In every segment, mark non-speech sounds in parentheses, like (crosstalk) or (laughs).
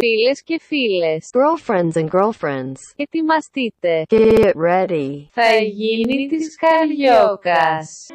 Φίλες και φίλες, Girlfriends and girlfriends, ετοιμαστείτε. get ready. Θα γίνει της Καριόκας.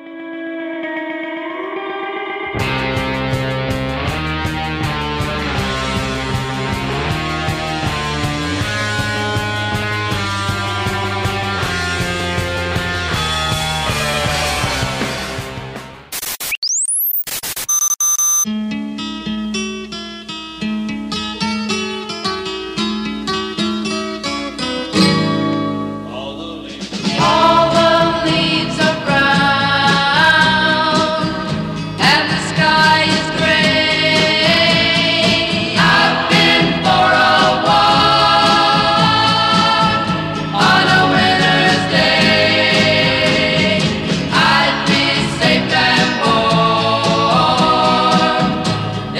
All the leaves are brown and the sky is gray. I've been for a walk on a winter's day. I'd be safe and warm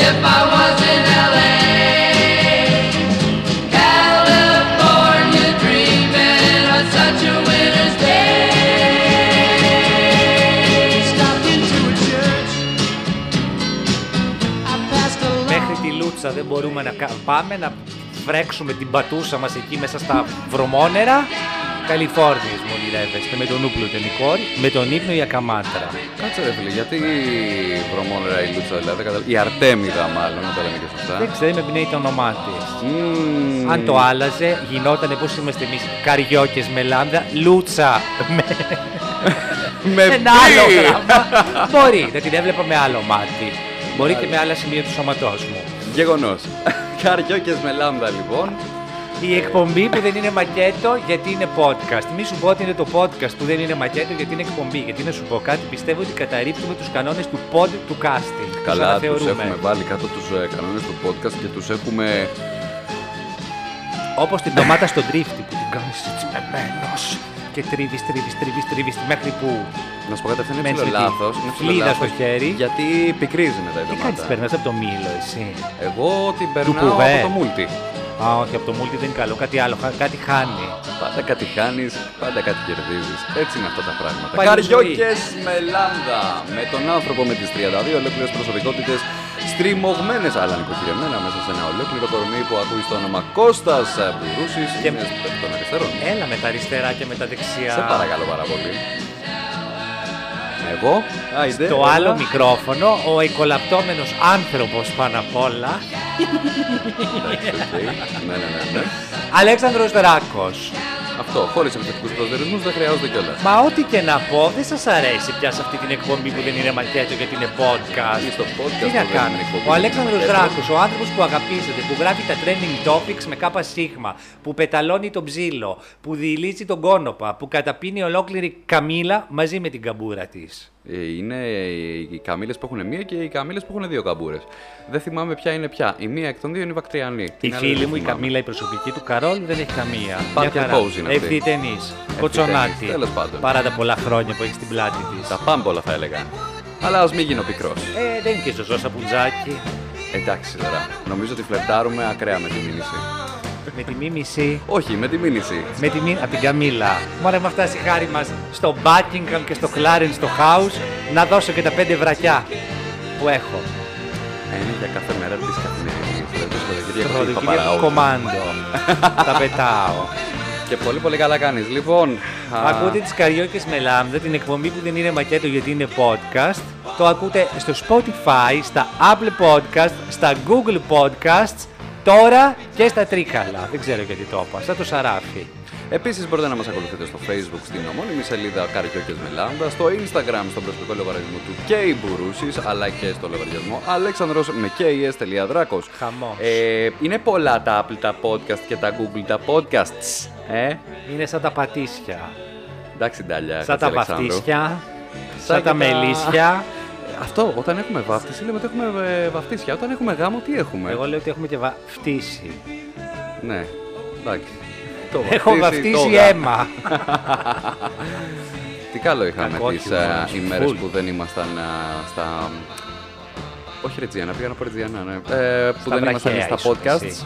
if I was in LA. California dreaming on such a winter's day. Stopped into a church. I passed a Μέχρι τη Λούτσα δεν μπορούμε να κα- πάμε να βρέξουμε την πατούσα μας εκεί μέσα στα βρωμόνερα. Καλιφόρνιες μου ονειρεύεστε με τον ούπλο την κόρη, με τον ύπνο η ακαμάντρα. Κάτσε ρε φίλε, γιατί βρωμόνερα η Λούτσα δηλαδή, δεν καταλαβα- η Αρτέμιδα μάλλον, να τα λέμε και Δεν σωστά. ξέρω, δεν με εμπνέει το όνομά της. Μμμ. Αν το άλλαζε, γινότανε πώς είμαστε εμείς, καριόκες με λάμδα, λούτσα με με ένα άλλο βρει. γράμμα. Μπορεί να την έβλεπα με άλλο μάτι. Μπορεί και με άλλα σημεία του σώματός μου. (laughs) Γεγονός. Καριόκες με λάμδα λοιπόν. Η εκπομπή που δεν είναι μακέτο γιατί είναι podcast. Μη σου πω ότι είναι το podcast που δεν είναι μακέτο γιατί είναι εκπομπή. Γιατί να σου πω κάτι, πιστεύω ότι καταρρύπτουμε τους κανόνες του pod του casting. Τους Καλά, τους αναθεωρούμε. έχουμε βάλει κάτω τους ε, κανόνες του podcast και τους έχουμε... Όπως την ντομάτα στον τρίφτη που την κάνεις έτσι μεμένος και τρίβεις, τρίβεις, τρίβεις, τρίβεις μέχρι που... Να σου πω κάτι, αυτό είναι Μένεις ψηλό με τη λάθος. είναι ψηλό φλίδα λάθος, στο χέρι. Γιατί πικρίζει μετά η Τι ντομάτα. κάνεις, περνάς από το μήλο εσύ. Εγώ την περνάω κουβέ. από το μούλτι. Α, όχι, από το μούλτι δεν είναι καλό, κάτι άλλο, χα- κάτι χάνει. Πάντα κάτι χάνεις, πάντα κάτι κερδίζεις. Έτσι είναι αυτά τα πράγματα. Πάλι ζωή. Καριόκες με λάμδα. Με τον άνθρωπο με τις 32 ολόκληρες προσωπικότητες στριμωγμένες αλλά νοικοκυριωμένα μέσα σε ένα ολόκληρο κορμί που ακούει το όνομα Κώστας ε, Μπουρούσης Και- Ε, και είναι εκ των αριστερών. Έλα με τα αριστερά και με τα δεξιά. Σε παρακαλώ πάρα πολύ. Εγώ, άιντε, Το έλα. άλλο μικρόφωνο, ο εκολαπτώμενος άνθρωπος πάνω απ' όλα, Εντάξει, οκ. Ναι, ναι, ναι, ναι. Αλέξανδρος Δράκος. Αυτό, χωρίς επιθετικούς προσδιορισμούς δεν χρειάζονται κιόλας. Μα ό,τι και να πω, δεν σας αρέσει πια σε αυτή την εκπομπή που δεν είναι μακέτο γιατί είναι Ή podcast. στο podcast Τι να που δεν κάνουμε. είναι εκπομπή, Ο Αλέξανδρος είναι Δράκος, ο άνθρωπος που αγαπήσετε, που γράφει τα trending topics με κάπα σίγμα, που πεταλώνει τον ψήλο, που διηλύσει τον κόνοπα, που καταπίνει ολόκληρη καμίλα μαζί με την καμπούρα της. Ε, Είναι οι καμίλε που έχουν μία και οι καμίλε που έχουν δύο καμπούρες. Δεν θυμάμαι ποια είναι ποια. Η μία εκ των δύο είναι η Βακτριανή. Η Την άλλη φίλη δεν μου, η θυμάμαι. Καμίλα, η προσωπική του Καρόλ δεν έχει καμία. Park and pose είναι αυτή. Ευθύτενη. Κοτσονάτη. τέλος πάντων. Παρά τα πολλά χρόνια που έχεις στην πλάτη της. Τα πάμπολα θα έλεγα. Αλλά ας μην γίνω πικρός. Ε, δεν είναι και ζωζό σαπουτζάκι. Εντάξει τώρα. Νομίζω ότι φλερτάρουμε ακραία με τη μήνυση. με τη μίμηση. Όχι, με τη μήνυση. Με τη μίμηση από την Καμίλα. Μόνο έχουμε φτάσει η χάρη μας στο Buckingham και στο Clarence στο House να δώσω και τα πέντε βρακιά που έχω. Ε, Είναι για κάθε μέρα της καθημερινής. Δηλαδή Το Σαββατοκύριακο είπα Σαββατοκύριακο παραόχο. κομμάντο. τα πετάω. Και πολύ πολύ καλά κάνεις. Λοιπόν. α, Ακούτε τις Καριόκες με Λάμδα, την εκπομπή που δεν είναι μακέτο γιατί είναι podcast. Το ακούτε στο Spotify, στα Apple Podcast, στα Google Podcasts, τώρα και στα Τρίκαλα. Δεν ξέρω γιατί το είπα, σαν το σαράφι. Επίσης, μπορείτε να μας ακολουθείτε στο Facebook στην ομώνυμη σελίδα Καριόκες Μελάνδα, στο Instagram στον προσωπικό λογαριασμό του Κέι Μπουρούσης, αλλά και στο λογαριασμό Αλέξανδρος με E KS.δράκο. Χαμός. Ε, είναι πολλά τα Apple τα podcast και τα Google τα podcasts. Ε, Είναι σαν τα πατήσια, εντάξει, νταλιά. σαν τα κάτσε, Αλεξάνδρου. βαφτίσια, Σαν σαν και τα τα- μελίσια. Ε, Αυτό, όταν έχουμε βάφτιση, λέμε ότι έχουμε ε, βαφτίσια. Όταν έχουμε γάμο, τι έχουμε. Εγώ λέω ότι έχουμε και βαφτίσει. Ναι, εντάξει. Το Έχω βαφτίσι, το βαφτίσει γα- αίμα. Τι καλό είχαμε Κακό τις χειμώνας, ε, ημέρες full. που δεν ήμασταν ε, στα... Όχι Ρετζιάνα, πήγα να πω Ρετζιάνα, ναι. Ε, που Στα δεν ήμασταν βραχαία στα ίσως, εσύ. podcasts.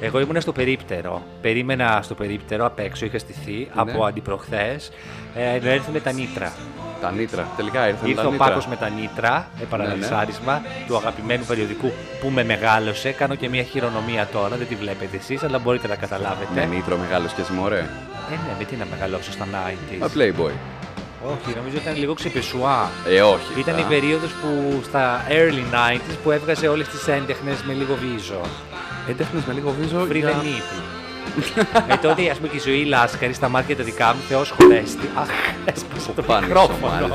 Εγώ ήμουνα στο περίπτερο. Ναι. Περίμενα στο περίπτερο απ' έξω, είχα στηθεί από αντιπροχθές ε, να έρθουν τα νήτρα. Τα νήτρα. Τελικά ήρθαν Ήρθε τα ο νήτρα. Ναι, Πάκος με τα νήτρα, επαναλυσάρισμα του αγαπημένου περιοδικού που με μεγάλωσε. Κάνω και μια χειρονομία τώρα, δεν τη βλέπετε εσείς, αλλά μπορείτε να καταλάβετε. Με νήτρο μεγάλο και συμμορέ. Ε, ναι, με τι να μεγαλώσω στα 90s. Μα Playboy. Όχι, νομίζω ήταν λίγο ξεπεσουά. Ε, όχι. Ήταν τα- η περίοδος που στα early 90s που έβγαζε όλες τις έντεχνες με λίγο βίζο. Έντεχνες με λίγο βίζο. Πριν για- δεν ε, τότε, ας πούμε, και η ζωή Λάσκαρη στα μάτια τα δικά μου, Θεός χωρέστη. Αχ, έσπασε το πάνε, μικρόφωνο. μάλλον.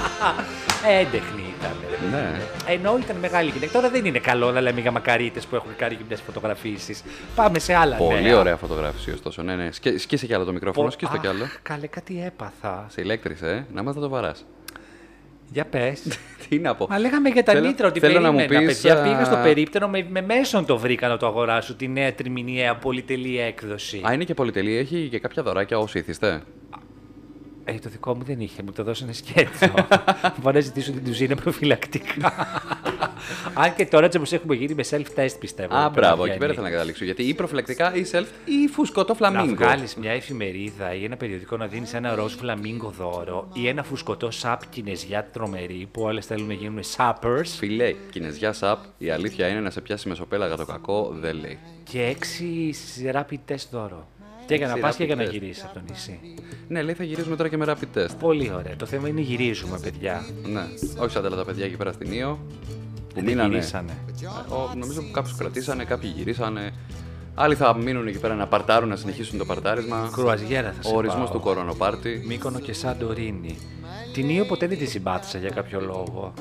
(laughs) Έντεχνη ήταν. Ναι. Ενώ ήταν μεγάλη γυναίκα. Τώρα δεν είναι καλό να λέμε για μακαρίτε που έχουν κάνει γυμνέ φωτογραφίσεις. Πάμε σε άλλα. Πολύ νέα. ωραία φωτογράφηση ωστόσο. Ναι, ναι. Σκέ- Σκίσε κι άλλο το μικρόφωνο, Ναι, Πο- σκίσε κι Αχ, άλλο. Καλέ, κάτι έπαθα. Σε ηλέκτρισε, ε. Να μας να το βαράς. (laughs) Για πες. Τι να πω. Μα λέγαμε για τα Θέλω- νήτρα ότι θέλω να μου περίμενα, πεις, παιδιά. α, Πήγα στο περίπτερο, με, με μέσον το βρήκα να το αγοράσω, τη νέα τριμηνιαία πολυτελή έκδοση. Α, είναι και πολυτελή. Έχει και κάποια δωράκια όσοι ήθιστε. Ε, το δικό μου δεν είχε, μου το δώσανε (laughs) σκέτο. Μπορώ να ζητήσω την τουζίνα προφυλακτικά. Αν και τώρα έτσι όπως έχουμε γίνει με self-test πιστεύω. Α, πρέπει μπράβο, εκεί βγαίνει. πέρα θέλω να καταλήξω. Γιατί ή προφυλακτικά ή self ή φουσκωτό Να φλαμίνγκο. βγάλεις μια εφημερίδα ή ένα περιοδικό να δίνεις ένα ροζ φλαμίγκο δώρο ή ένα φουσκωτό σαπ κινεζιά τρομερή που όλες θέλουν να γίνουν sappers Φιλέ, κινεζιά σαπ, η αλήθεια είναι να σε πιάσει μεσοπέλαγα το κακό, δεν λέει. και έξι rapid test δώρο. Και για να Έξι πας και rapid για να test. γυρίσεις από το νησί. Ναι, λέει θα γυρίζουμε τώρα και με rapid test. Πολύ ωραία. Το θέμα είναι γυρίζουμε, παιδιά. Ναι, όχι σαν τα άλλα τα παιδιά εκεί πέρα στην Ήο. Που Δεν μείνανε. γυρίσανε. Ε, ο- νομίζω που κάποιους κρατήσανε, κάποιοι γυρίσανε. Άλλοι θα μείνουν εκεί πέρα να παρτάρουν, να συνεχίσουν το παρτάρισμα. Κρουαζιέρα θα σε Ο ορισμός πάω. του κορονοπάρτι. Μύκονο και Σαντορίνη. Την Ήο ποτέ δεν τη συμπάθησα για κάποιο λόγο.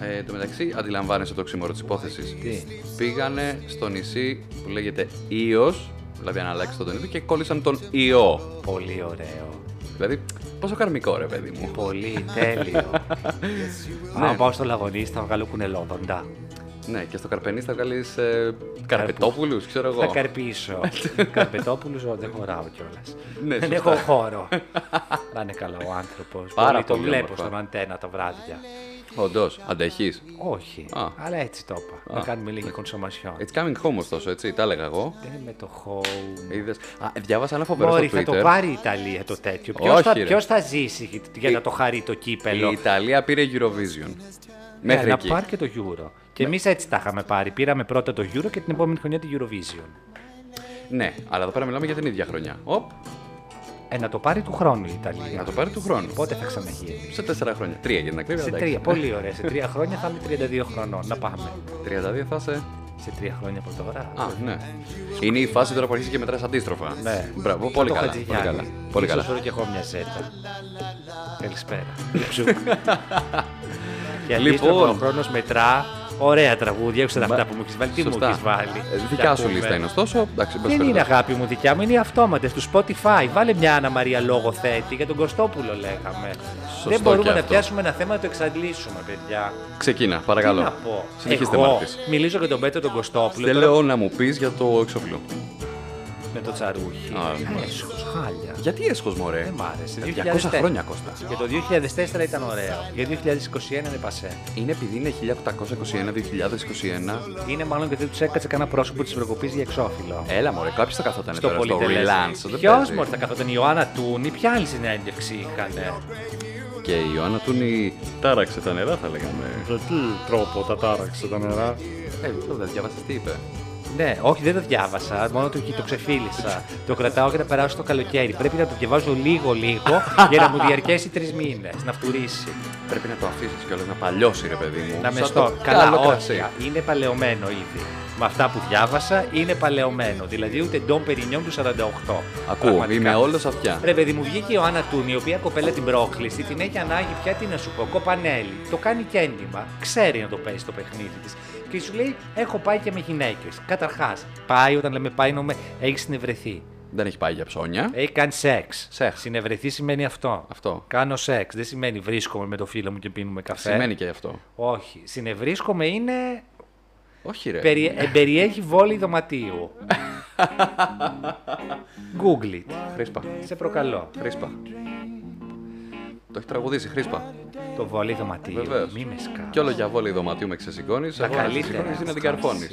Ε, εν τω μεταξύ, αντιλαμβάνεσαι το ξύμορο της υπόθεσης. Τι? Πήγανε στο νησί που λέγεται Ήο, δηλαδή αν αλλάξει το νησί, και κόλλησαν τον Ιω. Πολύ ωραίο. Δηλαδή, πόσο καρμικό ρε, παιδί μου. Πολύ (laughs) τέλειο. Αν πάω στο λαγωνί, θα βγάλω κουνελόδοντα. Ναι, και στο καρπενής θα βγάλεις ε, καρπετόπουλους, ξέρω εγώ. Θα (laughs) καρπίσω. Καρπετόπουλους δεν χωράω κιόλας. Ναι, δεν σωστά. έχω χώρο. Να είναι καλό ο άνθρωπος. Πάρα το πολύ βλέπω όμορφα. στον αντένα τα βράδια. Όντως, αντέχεις. Όχι, Α. Ε, αλλά έτσι το είπα. Να κάνουμε λίγη κονσομασιόν. It's coming home ωστόσο, έτσι, τα έλεγα εγώ. Δεν με το home. Είδες. Α, διάβασα ένα φοβερό Μόρι, στο θα Twitter. το πάρει η Ιταλία το τέτοιο. Όχι, Ποιο θα, ρε. Ε, ποιος θα ζήσει για να το χαρεί το κύπελο. Η Ιταλία πήρε Eurovision. Μέχρι ναι, εκεί. να Ναι. πάρει και το Euro. Και εμείς έτσι τα είχαμε πάρει. Πήραμε πρώτα το Euro και την επόμενη χρονιά την Eurovision. Ναι, αλλά εδώ πέρα μιλάμε για την ίδια χρονιά. Οπ, Ε, να το πάρει του χρόνου η Ιταλία. να το πάρει του χρόνου. Πότε θα ξαναγίνει. Σε τέσσερα χρόνια. Τρία για την ακρίβεια. Σε εντάξει. τρία, πολύ ωραία. Σε τρία χρόνια θα είμαι 32 χρονών. Να πάμε. 32 Ε, θα είσαι. Σε τρία χρόνια από τώρα. Α, ναι. Είναι η φάση τώρα που αρχίζει και μετράς αντίστροφα. Ναι. Μπράβο, Σαν πολύ το καλά. Πολύ Χατζηγιάννη. καλά. Πολύ Ίσως καλά. βρω κι εγώ μια ζέτα. Καλησπέρα. Και Λοιπόν. λοιπόν, ο χρόνος μετρά. Ωραία τραγούδια, ξέρω αυτά που μου έχεις βάλει. Τι μου Σωστά. έχεις βάλει. Ε, Τα Δικιά σου πούμε. λίστα είναι ωστόσο. Εντάξει, εν πάση Δεν είναι περιπτώσει. αγάπη μου δικιά μου, είναι οι αυτόματες του Spotify. Βάλε μια Άννα Μαρία Λογοθέτη για τον Κωστόπουλο, λέγαμε. Δεν και μπορούμε να αυτό. πιάσουμε ένα θέμα να το εξαντλήσουμε, παιδιά. Ξεκίνα, Τι να παρακαλώ. πω. Συνεχίστε, Εγώ Μάρτης. Μιλήσω για τον Πέτρο τον Κωστόπουλο Δεν τώρα λέω να μου πεις για το εξοπλισμό. με το τσαρούχι. Α, ναι. Έσχος, χάλια. Γιατί έσχος, μωρέ. Δεν μ' άρεσε. 200 Ε, χρόνια κόστα. Για το 2004 ήταν ωραίο. Για 2021 είναι πασέ. Είναι επειδή είναι 1821-2021. Είναι μάλλον γιατί τους έκατσε κανένα πρόσωπο της προκοπή για εξώφυλλο. Έλα, μωρέ, κάποιο θα καθόταν στο τώρα στο πολυτελέ. Relance. δεν Ποιος παίζει. μόλι θα καθόταν η Ιωάννα Τούνη, ποια άλλη συνέντευξη είχαν. Και η Ιωάννα Τούνη τάραξε τα νερά, θα λέγαμε. Με τι τρόπο τα τάραξε τα νερά. Ε, αυτό δεν διάβασες τι είπε. Ναι, όχι, δεν το διάβασα. Μόνο το, το ξεφίλησα. το κρατάω για να περάσω το καλοκαίρι. Πρέπει να το διαβάζω λίγο-λίγο για να μου διαρκέσει τρεις μήνες. Να φτουρήσει. Πρέπει να το αφήσεις κιόλας να παλιώσει, ρε παιδί μου. Να με Σαν στο. το Καλά, καλό όχι. κρασί. Είναι παλαιωμένο ήδη. Με αυτά που διάβασα είναι παλαιωμένο. Δηλαδή ούτε Ντόμ Περινιόν του 48. Ακούω, Πραγματικά. είμαι όλος αυτιά. Ρε παιδί μου, βγήκε η Ιωάννα Τούνη, η οποία κοπέλα την πρόκληση, την έχει ανάγκη πια τι να σου πω, κοπανέλη. Το κάνει και έντιμα, ξέρει να το παίζει στο παιχνίδι της. Και σου λέει: Έχω πάει και με γυναίκες. Καταρχάς, πάει, όταν λέμε πάει, εννοούμε έχεις συνευρεθεί. Δεν έχει πάει για ψώνια. Έχει κάνει σεξ. Σεξ. Συνευρεθεί σημαίνει αυτό. Αυτό. Κάνω σεξ. Δεν σημαίνει βρίσκομαι με το φίλο μου και πίνουμε καφέ. Σημαίνει και αυτό. Όχι. Συνευρίσκομαι είναι. Όχι, ρε. Περι... ε, περιέχει βόλη δωματίου. Google it. Χρήσπα. Σε προκαλώ. Χρήσπα. Το έχει τραγουδήσει, Χρήσπα. Το βόλι δωματίου. Βεβαίως. Μη με σκάβεις. Κι όλο για βόλη δωματίου με ξεσηκώνεις. Τα καλύτερα. είναι να την καρφώνει.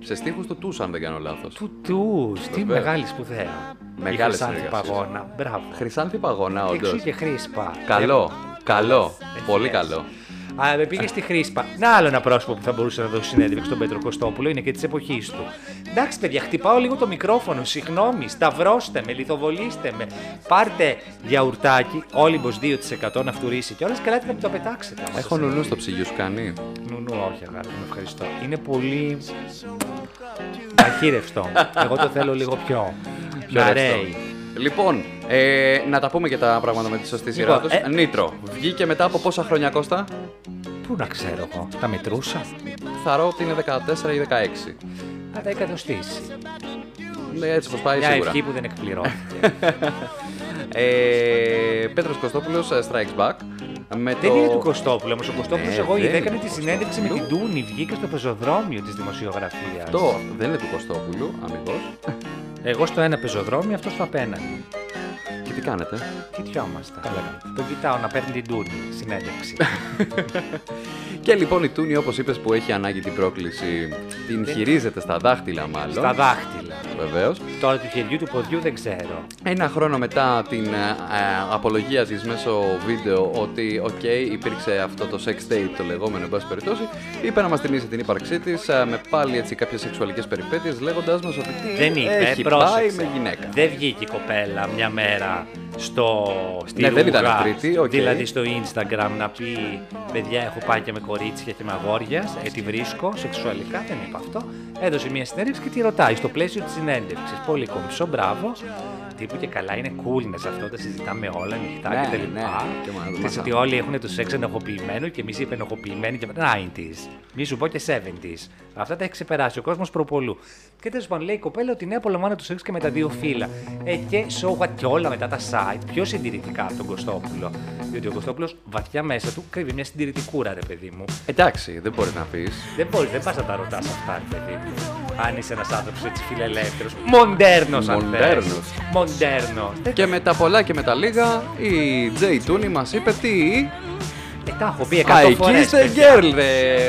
Σε στίχους του Τούς, αν δεν κάνω λάθος. Του τους, τι Βεβαίως. μεγάλη σπουδαία. Μεγάλες Η Χρυσάνθη συνεργασίες. Παγώνα, μπράβο. Χρυσάνθη παγωνά, όντω. Εξού και χρήσπα. Καλό. Ε, Καλό. Πολύ καλό. Α, με πήγε στη Χρήσπα. Να άλλο ένα πρόσωπο που θα μπορούσε να δώσει συνέντευξη στον Πέτρο Κωστόπουλο, είναι και τη εποχή του. Εντάξει, παιδιά, χτυπάω λίγο το μικρόφωνο. Συγγνώμη, σταυρώστε με, λιθοβολήστε με. Πάρτε γιαουρτάκι, όλυμπο 2% να φτουρήσει κιόλα και ελάτε να μου το πετάξετε. άμα Έχω σας νουλού στο ψυγείο σου κάνει. Νουνού, όχι αγάπη μου, ευχαριστώ. Είναι πολύ αχύρευστο. Εγώ το θέλω λίγο πιο. Πιο Να ρευστό. ρέει. Λοιπόν, ε, να τα πούμε και τα πράγματα με τη σωστή σειρά Λοιπόν, τους. ε. Νίτρο. Βγήκε μετά από πόσα χρόνια Κώστα. Πού να ξέρω εγώ, τα μετρούσα. Θαρώ ότι είναι 14 ή 16. Θα τα εκατοστήσει. Ναι, έτσι πως πάει Μια σίγουρα. ευχή που δεν εκπληρώθηκε. Ε, Πέτρος Κωστόπουλος, ε, Strikes Back. Με Δεν το... είναι του Κωστόπουλου, όμως ο Κωστόπουλος, Ναι, εγώ δεν είδα, είναι έκανε του τη συνέντευξη με την Κωστόπουλου. Τούνη, βγήκα στο πεζοδρόμιο της δημοσιογραφίας. Αυτό δεν είναι του Κωστόπουλου, αμυγός. Εγώ στο ένα πεζοδρόμιο, αυτό στο απέναντι. Και τι κάνετε. Κοιτιόμαστε. Το κοιτάω να παίρνει την Τούνη (laughs) συνέντευξη. Και λοιπόν η Τούνη, όπως είπες, που έχει ανάγκη την πρόκληση, την χειρίζεται στα δάχτυλα μάλλον. Στα δάχτυλα. Βεβαίως. Τώρα του χεριού του ποδιού δεν ξέρω. Ένα χρόνο μετά την ε, ε, απολογία της μέσω βίντεο ότι οκ, υπήρξε αυτό το sex tape το λεγόμενο εν πάση περιπτώσει είπε να μας θυμίσει την ύπαρξή της ε, με πάλι έτσι κάποιες σεξουαλικές περιπέτειες λέγοντάς μας ότι τι Ε, Δεν είπε, έχει πάει πρόσεξε. με γυναίκα. Δεν βγήκε η κοπέλα μια μέρα στο, στη Ναι, δεν ήταν Ρούγα, τρίτη, οκ. δηλαδή στο Instagram να πει παιδιά έχω πάει και με κορίτσια και με αγόρια, ε, τη βρίσκω σεξουαλικά, δεν είπα αυτό. Έδωσε μια συνέντευξη και τη ρωτάει στο πλαίσιο της συνέντευξης, πολύ κομψό, μπράβο. Τύπου και καλά είναι cool να σε αυτό, τα συζητάμε όλα ανοιχτά Ναι, και τα ναι, λοιπά. και μα- Ξέρεις μα- ότι όλοι έχουν το σεξ ενοχοποιημένο και εμείς υπενοχοποιημένοι και 90s. Μη σου πω και 70s. Αυτά τα έχει ξεπεράσει ο κόσμος προπολού. Και τέλος πάντων λέει η κοπέλα ότι ναι, απολαμβάνω το σεξ και με τα δύο φύλλα. Ε, και so what και όλα μετά τα site πιο συντηρητικά από τον Κωστόπουλο. Διότι ο Κωστόπουλος βαθιά μέσα του κρύβει μια συντηρητικούρα, ρε παιδί μου. Εντάξει, δεν μπορεί να πεις. Δεν μπορείς, δεν πας να τα ρωτάς αυτά, ρε παιδί μου. Αν είσαι ένας άνθρωπος έτσι φιλελεύθερος. Μοντέρνος, αν Μοντέρνος. Μοντέρνος. Και με τα πολλά και με τα λίγα, η Τζέι Τούνη μας είπε τι... Ε, τα έχω πει 100 I φορές, kissed a παιδιά. girl, ρε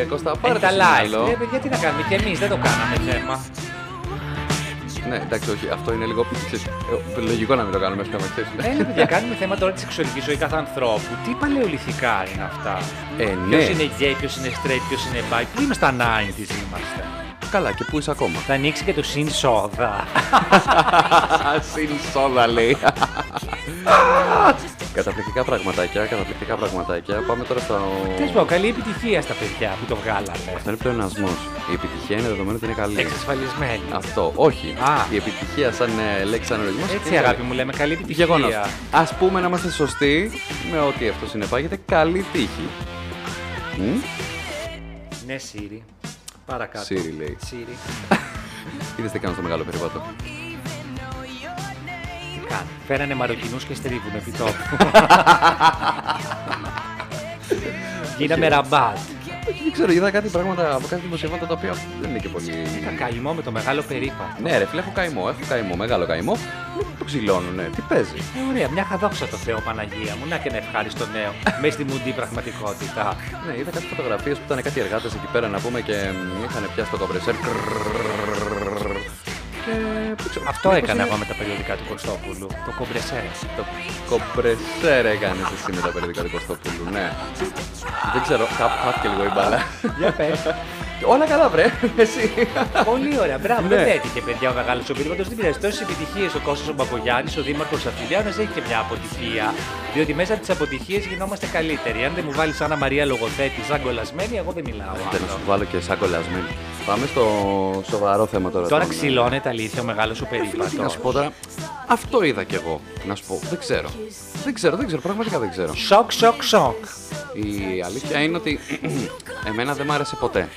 Κώστα, πάρε Πάρε το τα live. σύνολο. Λέει, παιδιά, τι να κάνουμε. Και εμείς δεν το κάναμε θέμα. (laughs) Ναι, εντάξει, όχι, αυτό είναι λίγο ξέρεις, ε, λογικό να μην το κάνουμε αυτό, ξέρεις. Έλα, Ε, παιδιά, κάνουμε θέμα τώρα της σεξουαλικής ζωής κάθε ανθρώπου. Τι παλαιοληθικά είναι αυτά. Ε, Ποιος ναι. είναι γκέι, ποιος είναι straight, ποιος είναι bi. Πού είμαστε στα 90s είμαστε. Καλά, και πού είσαι ακόμα. Θα ανοίξει και το συν (laughs) σόδα. Συν σόδα λέει. καταπληκτικά πραγματάκια, καταπληκτικά πραγματάκια. Πάμε τώρα στο. Τέλο πάντων, καλή επιτυχία στα παιδιά που το βγάλανε. Αυτό είναι πλεονασμό. Η επιτυχία είναι δεδομένο ότι είναι καλή. Εξασφαλισμένοι. Αυτό, όχι. Α. Η επιτυχία σαν ε, λέξη, σαν ορισμό. Έτσι, αγάπη μου, λέμε καλή επιτυχία. Γεγονός. Ας πούμε να είμαστε σωστοί με ό,τι αυτό συνεπάγεται. Καλή τύχη. Μμ. Ναι, Σύρι. Παρακάτω. Siri λέει. Siri. Είδες τι κάνω στο μεγάλο (laughs) περιβάτο. Τι κάνουν. Φέρανε Μαροκινούς και στρίβουν επί τόπου. (laughs) Γίναμε ραμπάτ. Δεν ξέρω, είδα κάτι πράγματα από κάτι δημοσιεύματα τα οποία δεν είναι και πολύ. Είχα καημό με το μεγάλο περίπατο. Ναι, ρε φίλε, έχω καημό, έχω καημό, μεγάλο καημό. Το ξυλώνουνε, τι παίζει. Ε, ωραία, μια χαδόξα το Θεό Παναγία μου. Να και ένα ευχάριστο νέο. Μέσα στη μουντή πραγματικότητα. Ναι, είδα κάποιες φωτογραφίες που ήταν κάτι εργάτες εκεί πέρα να πούμε και μ, είχαν πιάσει το κομπρεσέρ. Αυτό έκανα εγώ με τα περιοδικά του Κωστόπουλου. Το κομπρεσέρ. Το κομπρεσέρ έκανε εσύ με τα περιοδικά του Κωστόπουλου, ναι. Δεν ξέρω, χά- χάθηκε λίγο η μπάλα. (laughs) Για πες. Όλα καλά, βρε, εσύ. Πολύ ωραία, μπράβο. Δεν Ναι. έτυχε παιδιά ο μεγάλος ο πυρήματο. Δεν πειράζει. Τόσες επιτυχίες ο Κώστας ο Μπαγκογιάννη, ο Δήμαρχος Αθηνιάνα έχει και μια αποτυχία. Διότι μέσα από τις αποτυχίες γινόμαστε καλύτεροι. Αν δεν μου βάλεις Άννα Μαρία λογοθέτη, σαν κολλασμένη, εγώ δεν μιλάω. Θέλω να άλλο. σου βάλω και σαν κολλασμένη. Πάμε στο σοβαρό θέμα τώρα. Τώρα των- ξυλώνεται αλήθεια ο μεγάλος ο Ρε Ε, φίλε, τι Να περίπατο. σου πω τώρα, αυτό είδα κι εγώ. Να σου πω, δεν ξέρω. Δεν ξέρω, δεν ξέρω, πραγματικά δεν ξέρω. Σοκ, σοκ, σοκ. Η αλήθεια είναι ότι (clears throat) εμένα δεν μ' άρεσε ποτέ.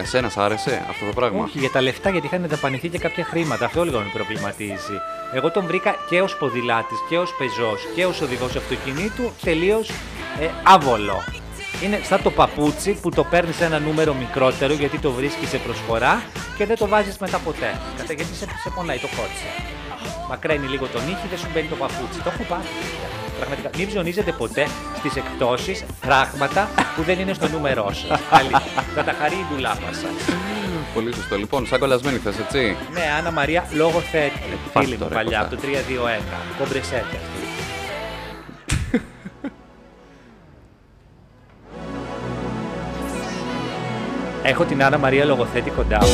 Εσένα σ' άρεσε αυτό το πράγμα. Όχι, για τα λεφτά γιατί είχαν δαπανηθεί και κάποια χρήματα. Αυτό λίγο με προβληματίζει. Εγώ τον βρήκα και ως ποδηλάτης και ως πεζός και ως οδηγός αυτοκινήτου τελείως ε, άβολο. Είναι σαν το παπούτσι που το παίρνεις ένα νούμερο μικρότερο γιατί το βρίσκεις σε προσφορά και δεν το βάζεις μετά ποτέ. Κατά γιατί σε, σε πονάει το κότσο. Μακραίνει λίγο τον νύχι, δεν σου μπαίνει το παπούτσι. Το έχω πάθει. Πραγματικά. Μην ψωνίζετε ποτέ στις εκτόσει πράγματα που δεν είναι στο νούμερό σας. Θα τα χαρεί η ντουλάπα σας. Πολύ σωστό. Λοιπόν, σαν κολλασμένη θες, έτσι. Ναι, Άννα Μαρία, λόγω θέτη. πάλι Φίλη μου τώρα, παλιά, από κοντά. το 3-2-1. Κομπρεσέτε αυτή. Έχω την Άννα Μαρία λογοθέτη κοντά μου.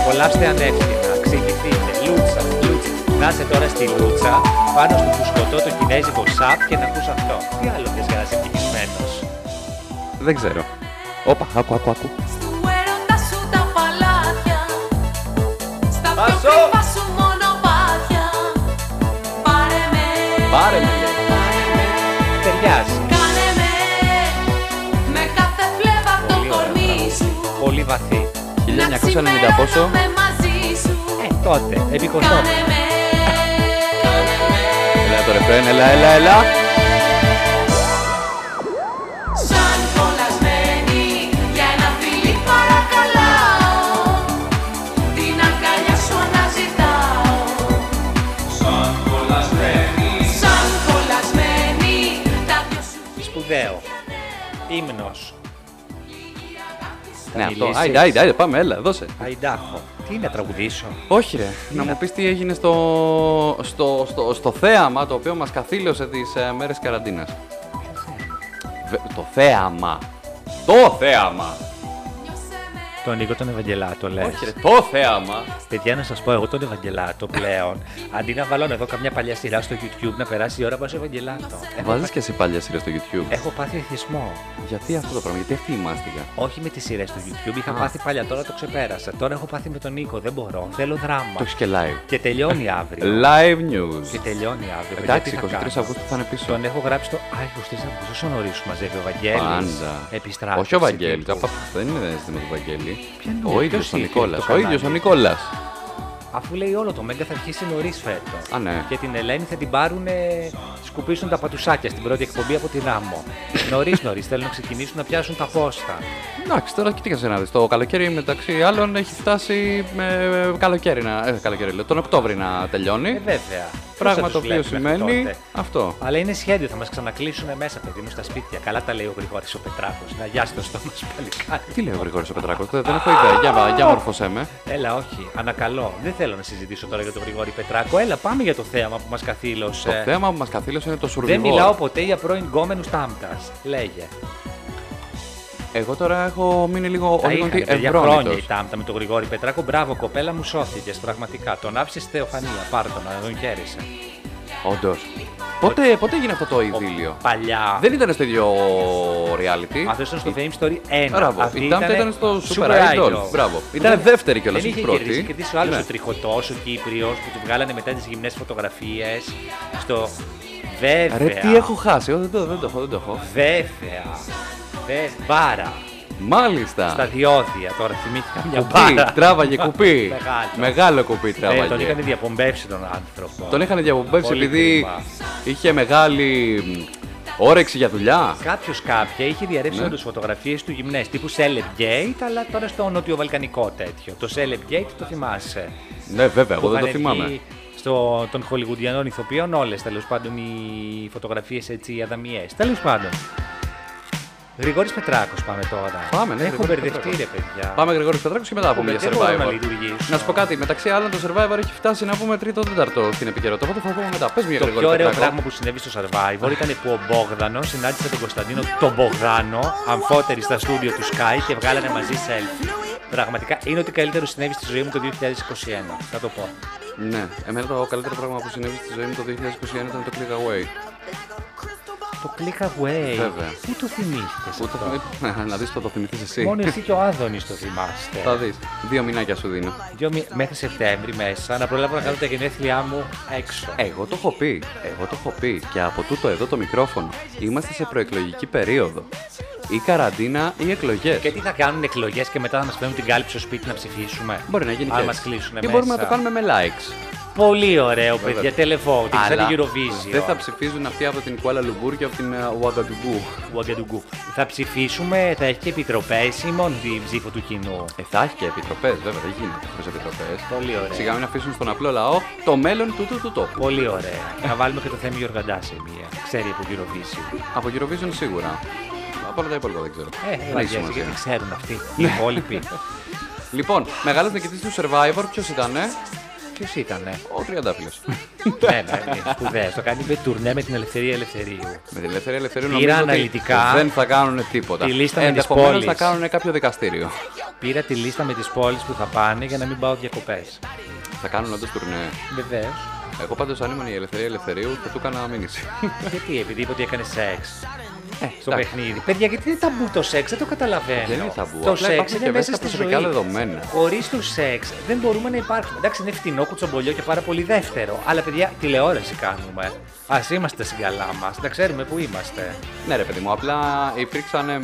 Απολαύστε ανεύθυνα. Ξηγηθείτε. Λούτσα, λούτσα. Να είσαι τώρα στη Λούτσα, πάνω στο φουσκωτό το κινέζικο σαπ και να ακούς αυτό. Τι άλλο θες για να είσαι επιτυχημένος. Δεν ξέρω. Όπα, άκου, άκου, άκου. Στου έρωτα σου τα παλάτια Στα πιο Πάσο! κρυφά σου μονοπάτια Πάρε με, Πάρε με, λέει. Ταιριάζει. κάνε με Με κάθε φλέβα από το Πολύ ωραίο κορμί τραγούδι. σου Πολύ βαθύ. Να 1990 πόσο. ξημερώνομαι μαζί σου Ε, τότε, επί 100. Κάνε με, κάνε με Έλα το ρεφρέν, έλα, έλα, έλα. Σαν κολλασμένη για ένα φιλί παρακαλάω Την αγκαλιά σου αναζητάω Σαν κολλασμένη τα δυο σου Σπουδαίο. Ύμνος. Ναι, Θα αυτό. μιλήσεις. Άιντε, άιντε, άιντε, πάμε, έλα, δώσε. Αϊντάχο. Τι είναι τραγουδίσω. Όχι ρε, να μου πεις τι έγινε στο, στο, στο, στο θέαμα το οποίο μας καθήλωσε τις ε, μέρες καραντίνας. Βε- το θέαμα. Το θέαμα. νιώσε με Τον Νίκο τον Ευαγγελάτο λες. Όχι ρε, το θέαμα. Παιδιά, να σας πω, εγώ τον Ευαγγελάτο (laughs) πλέον. Αντί να βάλω εδώ καμιά παλιά σειρά στο YouTube να περάσει η ώρα, βάζω Ευαγγελάτο. Έχω Ε, Βάζεις πάθει- και εσύ παλιά σειρά στο YouTube. Έχω πάθει εθισμό. Γιατί αυτό το πράγμα, γιατί αυτή η μάστιγα. Όχι με τις σειρές στο YouTube. Είχα Α. πάθει παλιά, τώρα το ξεπέρασα. Τώρα έχω πάθει με τον Νίκο. Δεν μπορώ. Θέλω δράμα. Το έχεις και live. Και τελειώνει αύριο. Live Και news. τελειώνει αύριο. παιδιά, Εντάξει, τι θα 23 κάνω. Αυγούστου θα είναι πίσω. Τον έχω γράψει το. Α, 23 Αυγούστου, όσο νωρί σου μαζεύει ο Βαγγέλης. Πάντα. Επιστράτευση. Όχι ο Βαγγέλη. τύπου. Κάπου δεν είναι ζήτημα του Βαγγέλη. Ποια είναι, Ο ποιος ίδιο ο είχε Νικόλας. το Ο ίδιος ο κανάλι? Νικόλας. Αφού λέει όλο το Μέγκα θα αρχίσει νωρίς φέτος. Α, ναι. Και την Ελένη θα την πάρουν, σκουπίσουν τα πατουσάκια στην πρώτη εκπομπή από τη Ράμο. νωρίς νωρίς θέλουν να ξεκινήσουν να πιάσουν τα πόστα. Εντάξει, τώρα κοίταξε να δεις. Το καλοκαίρι μεταξύ άλλων έχει φτάσει με καλοκαίρι να. Ε, καλοκαίρι, λέω, τον Οκτώβρη να Ε, τελειώνει. βέβαια. Πώς θα Πράγμα τους το οποίο βλέπουμε μέχρι σημαίνει τότε. αυτό. Αλλά είναι σχέδιο, θα μας ξανακλείσουν μέσα, παιδί μου, στα σπίτια. Καλά τα λέει ο Γρηγόρης ο Πετράκος. Να γιάσει το στόμα σου, παλικάρι. Τι λέει ο Γρηγόρης ο Πετράκος, δεν δεν έχω ιδέα. Για, βα- για μορφωσέ Ε. με. Έλα, όχι, ανακαλώ. Δεν θέλω να συζητήσω τώρα για τον Γρηγόρη Πετράκο. Έλα, πάμε για το θέμα που μας καθήλωσε. Το θέμα που μας καθήλωσε είναι το Δεν σουρβιβόρ. μιλάω ποτέ για πρώην γκόμενους τάμπτας. Λέγε. Εγώ τώρα έχω μείνει λίγο Τα είχαν, ολίγοντι παιδιά, χρόνια η ευρώντιτος. τάμπτα με τον Γρηγόρη Πετράκο. Μπράβο, κοπέλα μου, σώθηκες πραγματικά. Τον άφησες Θεοφανία. Πάρ' τον, να τον χαίρεσαι. Όντως. Πότε, πότε έγινε αυτό το ειδήλιο. Παλιά. Δεν ήταν στο ίδιο reality. Αυτό ήταν στο Fame Story 1. Μπράβο. Αυτή Η Τάμτα ήτανε ήταν στο Super Idol. Μπράβο. Ήταν Μπράβο. δεύτερη κιόλας, Δεν όχι είχε πρώτη. κερδίσει. Κερδίσει ο άλλος Ναι. ο τριχωτός, ο Κύπριος, που του βγάλανε μετά τις γυμνές φωτογραφίες. Στο. Βέβαια. Ρε, τι έχω χάσει. Ω, Δεν το, δεν το έχω, δεν το έχω. Βέβαια. Δε μπάρα. Στα Μάλιστα. διόδια τώρα θυμήθηκα μια Κουπί, μπάρα. τράβαγε (laughs) κουπί. Μεγάλο. Μεγάλο κουπί Ε, τον είχαν τράβαγε. διαπομπεύσει τον άνθρωπο. Τον είχαν διαπομπεύσει Πολύ επειδή κρίμα. είχε μεγάλη μ, όρεξη για δουλειά. Κάποιος κάποια είχε διαρρεύσει Ναι. όντω φωτογραφίες του γυμνές τύπου Celeb Gate, αλλά τώρα στο νοτιοβαλκανικό τέτοιο. Το Celeb Gate το θυμάσαι. Ναι, βέβαια, εγώ Που δεν το είχαν βγει θυμάμαι. Στο, των χολιγουντιανών ηθοποιών όλες τέλος πάντων οι φωτογραφίες έτσι, οι αδαμιές. Τέλος πάντων. Γρηγόρης Πετράκος πάμε τώρα. Πάμε, ναι, Έχω Γρηγόρης μπερδευτεί, ρε Πετράκος. παιδιά. Πάμε Γρηγόρης Πετράκος και μετά θα πούμε Κομπέ, για δεν μπορώ να survivor. λειτουργήσω. Να σου πω κάτι, μεταξύ άλλων το survivor έχει φτάσει να πούμε τρίτο-τέταρτο στην επικαιρότητα. Οπότε θα το πούμε μετά. Πες μου για Το πιο Γρηγόρη ωραίο Πετράκο. πράγμα που συνέβη στο Survivor ήταν που ο Μπόγδανο συνάντησε τον Κωνσταντίνο τον Μπογδάνο, αμφότεροι στα στούντιο του Sky και βγάλανε μαζί selfie. Πραγματικά είναι ότι καλύτερο συνέβη στη ζωή μου το 2021. Θα το πω. Ναι, εμένα το καλύτερο πράγμα που συνέβη στη ζωή μου το 2021 ήταν το click away. Το click away. Βέβαια. Πού το θυμήθηκες. Ούτε (laughs) να δεις το το θυμηθείς εσύ. Μόνο εσύ και ο Άδωνης το θυμάστε. Θα δεις. Δύο μηνάκια σου δίνω. Δύο μη- μέχρι Σεπτέμβρη μέσα να προλάβω να κάνω τα γενέθλιά μου έξω. Εγώ το έχω πει. Εγώ το έχω πει. Και από τούτο εδώ το μικρόφωνο. Είμαστε σε προεκλογική περίοδο. Ή καραντίνα ή εκλογές. Και τι θα κάνουν εκλογές και μετά θα μας φέρουν την κάλυψη στο σπίτι να ψηφίσουμε. Μπορεί να γίνει Αν και μας έτσι. κλείσουν Ή μέσα. μπορούμε να το κάνουμε με likes. Πολύ ωραίο, παιδιά. Τελεφώ. Την Αλλά σαν την Eurovision. δεν θα ψηφίζουν αυτοί από την Κουάλα Λουμπούρ και από την ε, Ουαγκαντουγκού. Ouagadougou. Θα ψηφίσουμε, θα έχει και επιτροπές ή μόνο την ψήφο του κοινού. Ε, θα έχει και επιτροπές, βέβαια, δεν γίνεται χωρί επιτροπές. Πολύ ωραία. Σιγά μην αφήσουν στον απλό λαό το μέλλον του του του τόπου. Πολύ ωραία. να βάλουμε και το θέμα Γιοργαντά σε μία. Ξέρει από την Eurovision. Από Eurovision σίγουρα. Από όλα τα υπόλοιπα δεν ξέρω. Ε, Δεν έχει βαριέσαι, σημασία. γιατί ξέρουν αυτοί. Οι Ναι. υπόλοιποι. Λοιπόν, μεγάλος νικητής του Survivor, ποιος ήταν, Ποιος ήτανε. ο Τριαντάφυλλος. (laughs) ναι, ναι, ναι, σπουδαίος. Το κάνει με τουρνέ με την ελευθερία ελευθερίου. με την ελευθερία ελευθερία Πήρα νομίζω ότι αναλυτικά δεν θα κάνουν τίποτα. τη λίστα με τις Ενδεχομένως πόλεις. θα κάνουν κάποιο δικαστήριο. Πήρα τη λίστα με τις πόλεις που θα πάνε για να μην πάω διακοπές. Θα κάνουν όντως τουρνέ. Βεβαίως. (laughs) Εγώ πάντως αν ήμουν η ελευθερία ελευθερίου θα του έκανα μήνυση. γιατί, επειδή είπα ότι έκανε σεξ. Ε, στο εντάξει. παιχνίδι. Παιδιά, γιατί είναι ταμπού το σεξ, δεν το καταλαβαίνω. Δεν είναι ταμπού, Το απλά σεξ υπάρχουν είναι και μέσα μέσα στη ζωή. προσωπικά δεδομένα. Χωρίς το σεξ δεν μπορούμε να υπάρχουμε. Εντάξει, είναι φτηνό, κουτσομπολιό και πάρα πολύ δεύτερο. Αλλά παιδιά, τηλεόραση κάνουμε. Ας είμαστε στην καλά μας, να ξέρουμε που είμαστε. ναι, ρε παιδί μου, απλά υπήρξαν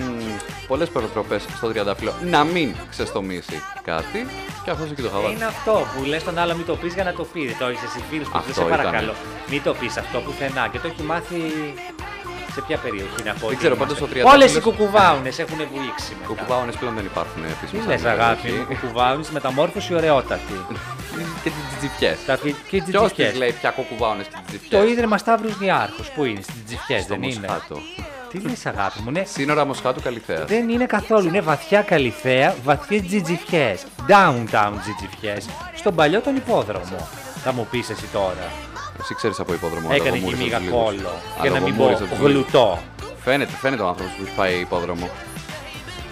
πολλές προτροπές στο τριανταφυλλό να μην ξεστομίσει κάτι και αυτό εκεί το χαβάλι. Είναι αυτό που λες τον άλλο, μην το πεις για να το πεις. Το έχεις εσύ φίλου που Αυτό δεν σε ήτανε. παρακαλώ. Μην το πεις αυτό πουθενά και το έχει μάθει. Σε ποια περιοχή να πω. ότι ξέρω, είμαστε. πάντως ο Όλε τριαντάφυλλος- οι κουκουβάουνες έχουν βουήξει μετά. Κουκουβάονε πλέον δεν υπάρχουν επίσημα. Τι σαν λε, αγάπη περιοχή. μου, κουκουβάουνες μεταμόρφωση ωραιότατη. και τις τζιτζιφιέ. Τα φι- και τι Ποιο τζιφιές. τη λέει πια κουκουβάονε και τζιτζιφιέ. Το ίδρυμα Σταύρος Νιάρχο. Πού είναι, στις τζιφιές στο δεν είναι. Μοσχάτο. Τι λες, αγάπη μου, ναι. Σύνορα Μοσχάτου Καλιθέα. Δεν είναι καθόλου. Είναι βαθιά καλυθέα, βαθιέ τζιτζιφιές. Downtown τζιτζιφιές. Στον παλιό τον υπόδρομο. Θα μου πεις εσύ τώρα. Εσύ ξέρεις από υπόδρομο. Έκανε και εκεί μίγα κόλλο. Για να μην πω γλουτό. Φαίνεται, φαίνεται ο άνθρωπος που έχει πάει υπόδρομο.